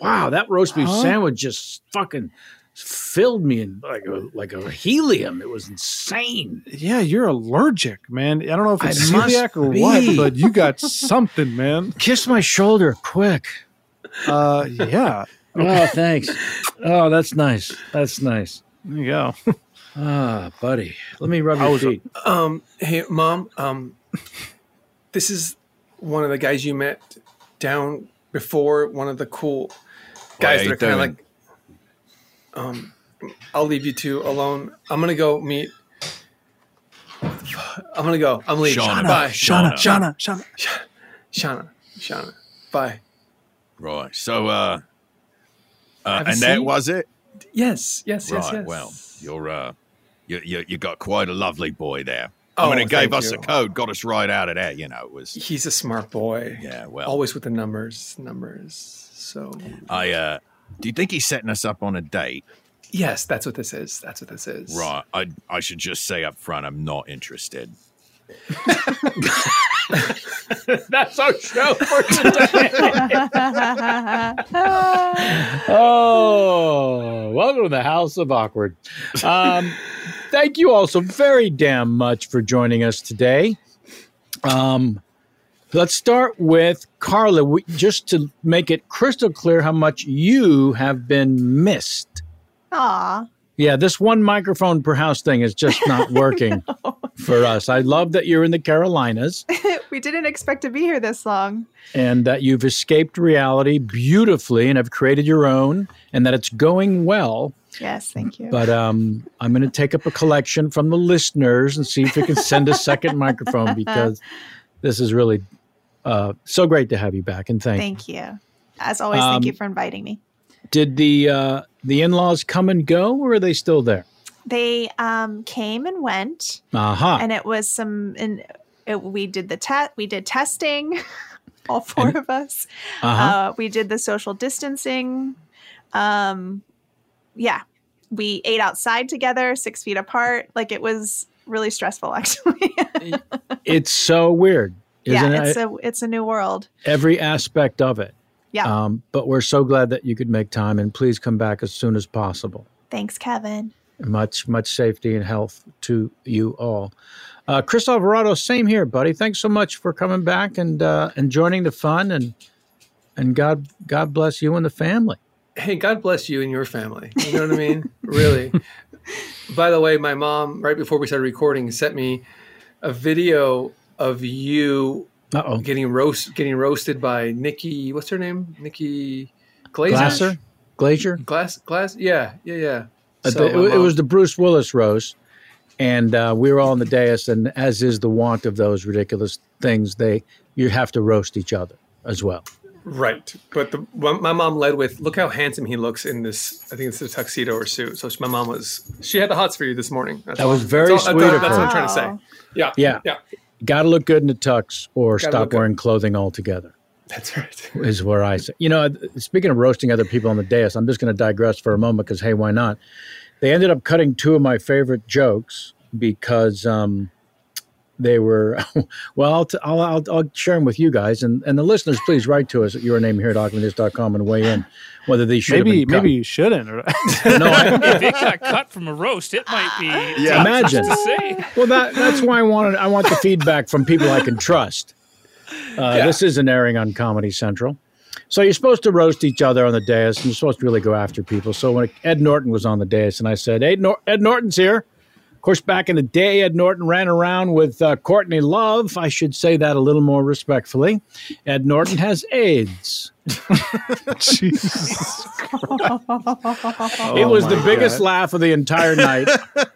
C: Wow, that roast beef
I: Huh?
C: sandwich just fucking filled me in like a like a helium. It was insane.
I: Yeah, you're allergic, man. I don't know if
C: I
I: it's
C: must
I: celiac or what,
C: be.
I: but you got something, man.
C: Kiss my shoulder, quick.
I: Uh, yeah.
C: Oh, thanks. Oh, that's nice. That's nice.
I: There you go.
C: Ah, buddy. Let me rub your feet.
D: Um, hey, mom. Um, this is one of the guys you met down before. One of the cool guys
S: Hey,
D: that are kind of
S: Devin.
D: like. Um, I'll leave you two alone. I'm gonna go meet. I'm gonna go. I'm leaving.
S: Shauna,
D: Bye,
S: Shauna,
I: Shauna, Shauna,
D: Shauna, Shauna. Bye.
S: Right. So, uh, uh
D: Have a
S: and that
D: seat.
S: was it.
D: Yes, yes, yes,
S: right.
D: yes.
S: Well, you're uh, you, you you got quite a lovely boy there.
D: Oh,
S: I mean, it gave
D: thank
S: us
D: you.
S: a code, got us right out of there. You know, it was
D: He's a smart boy.
S: Yeah, well.
D: always with the numbers, numbers. So
S: I. uh Do you think he's setting us up on a date?
D: yes, that's what this is. That's what this is.
S: Right. I I should just say up front, I'm not interested.
J: That's our show for today.
C: Oh, welcome to the House of Awkward. Um, thank you all so very damn much for joining us today. Um, let's start with Carla, we, just to make it crystal clear how much you have been missed.
E: Aw.
C: Yeah, this one microphone per house thing is just not working for us. I love that you're in the Carolinas
E: we didn't expect to be here this long.
C: and that you've escaped reality beautifully and have created your own and that it's going well.
E: Yes, thank you.
C: But um, I'm going to take up a collection from the listeners and see if we can send a second microphone because this is really uh, so great to have you back. And thank.
E: thank you. As always, thank you
C: Um,
E: for inviting me.
C: Did the uh, the in laws come and go, or are they still there?
E: They um, came and went.
C: Uh-huh.
E: And it was some. And it, we did the test. We did testing. all four of us.
C: Uh-huh.
E: Uh, we did the social distancing. Um, yeah, we ate outside together, six feet apart. Like it was really stressful, actually.
C: It's so weird, isn't
E: yeah, it's
C: it?
E: a it's a new world.
C: Every aspect of it.
E: Yeah.
C: Um, but we're so glad that you could make time, and please come back as soon as possible.
E: Thanks, Kevin.
C: Much, much safety and health to you all. Uh, Chris Alvarado, same here, buddy. Thanks so much for coming back and uh, and joining the fun, and and God God bless you and the family.
D: hey, God bless you and your family. You know what I mean? really. By the way, my mom, right before we started recording, sent me a video of you getting roast getting roasted by Nikki. What's her name? Nikki Glazer.
C: Glasser, Glacier.
D: Glass. Glass. Yeah. Yeah. Yeah.
C: Uh,
D: So um,
C: the-
D: my
C: it,
D: mom-
C: was the Bruce Willis roast, and uh, we were all on the dais. And as is the wont of those ridiculous things, they you have to roast each other as well.
D: Right, but the, my my mom led with, "Look how handsome he looks in this. I think it's a tuxedo or suit." So she, my mom was, she had the hots for you this morning. That's
C: That
D: all.
C: was very
D: that's all-
C: sweet of
D: That's, all- that's what I'm
C: her.
D: trying to say. Yeah,
C: Yeah,
D: yeah.
C: Got to look good in the tux, or
D: Gotta look
C: stop
D: good.
C: wearing clothing altogether.
D: That's right.
C: Is where I say. You know, speaking of roasting other people on the dais, I'm just going to digress for a moment because hey, why not? They ended up cutting two of my favorite jokes because um, they were well I'll, t- I'll, I'll, I'll share them with you guys and, and the listeners please write to us at your name here at documentist.com and weigh in whether these should
I: maybe
C: have been cut.
I: maybe you shouldn't. Or,
F: if it got cut from a roast, it might be.
C: Yeah.
F: tough
C: Imagine.
F: To say.
C: well that, that's why i wanted i want the feedback from people i can trust uh, this is an airing on comedy central so you're supposed to roast each other on the dais and you're supposed to really go after people so when ed norton was on the dais and i said ed, Nor- ed norton's here of course back in the day ed norton ran around with uh, courtney love i should say that a little more respectfully ed norton has aids it was the biggest laugh of the entire night.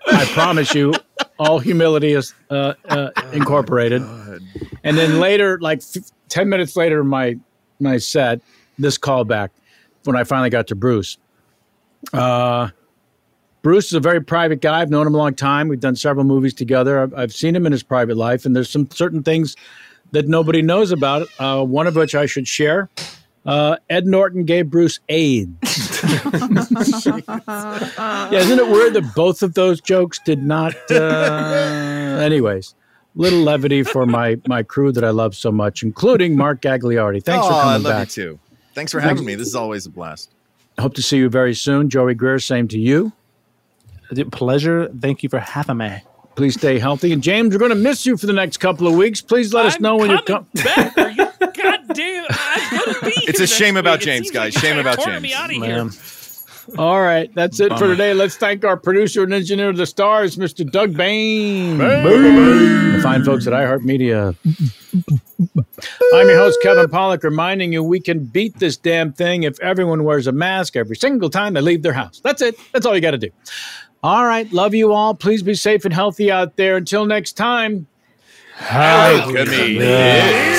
C: I promise you, all humility is uh, uh, incorporated. and then later, like f- ten minutes later, in my my set, this callback when I finally got to Bruce. Uh, Bruce is a very private guy. I've known him a long time. We've done several movies together. I've, I've seen him in his private life, and there's some certain things that nobody knows about. Uh, one of which I should share. Uh, Ed Norton gave Bruce AIDS.
D: Oh
C: Yeah, isn't it weird that both of those jokes did not? Uh, anyways, little levity for my my crew that I love so much, including Mark Gagliardi. Thanks for
H: Aw,
C: coming
H: Oh, I love
C: back.
H: you too. Thanks for
C: Thanks.
H: having me. This is always a blast.
C: Hope to see you very soon, Joey Greer. Same to you.
I: Pleasure. Thank you for having me.
C: Please stay healthy. And James, we're going to miss you for the next couple of weeks. Please let us know when you come.
H: It's a shame about James, guys. Shame about James.
C: All right, that's it for today. Let's thank our producer and engineer of the stars, Mr. Doug Bain. The fine folks at iHeartMedia. I'm your host, Kevin Pollock, reminding you we can beat this damn thing if everyone wears a mask every single time they leave their house. That's it. That's all you got to do. All right. Love you all. Please be safe and healthy out there. Until next time.
H: Alchemy is.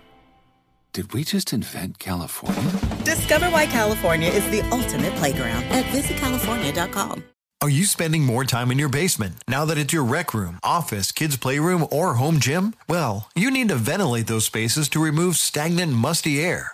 V: Did we just invent California?
K: Discover why California is the ultimate playground at visitcalifornia.com.
W: Are you spending more time in your basement now that it's your rec room, office, kids' playroom, or home gym? Well, you need to ventilate those spaces to remove stagnant, musty air.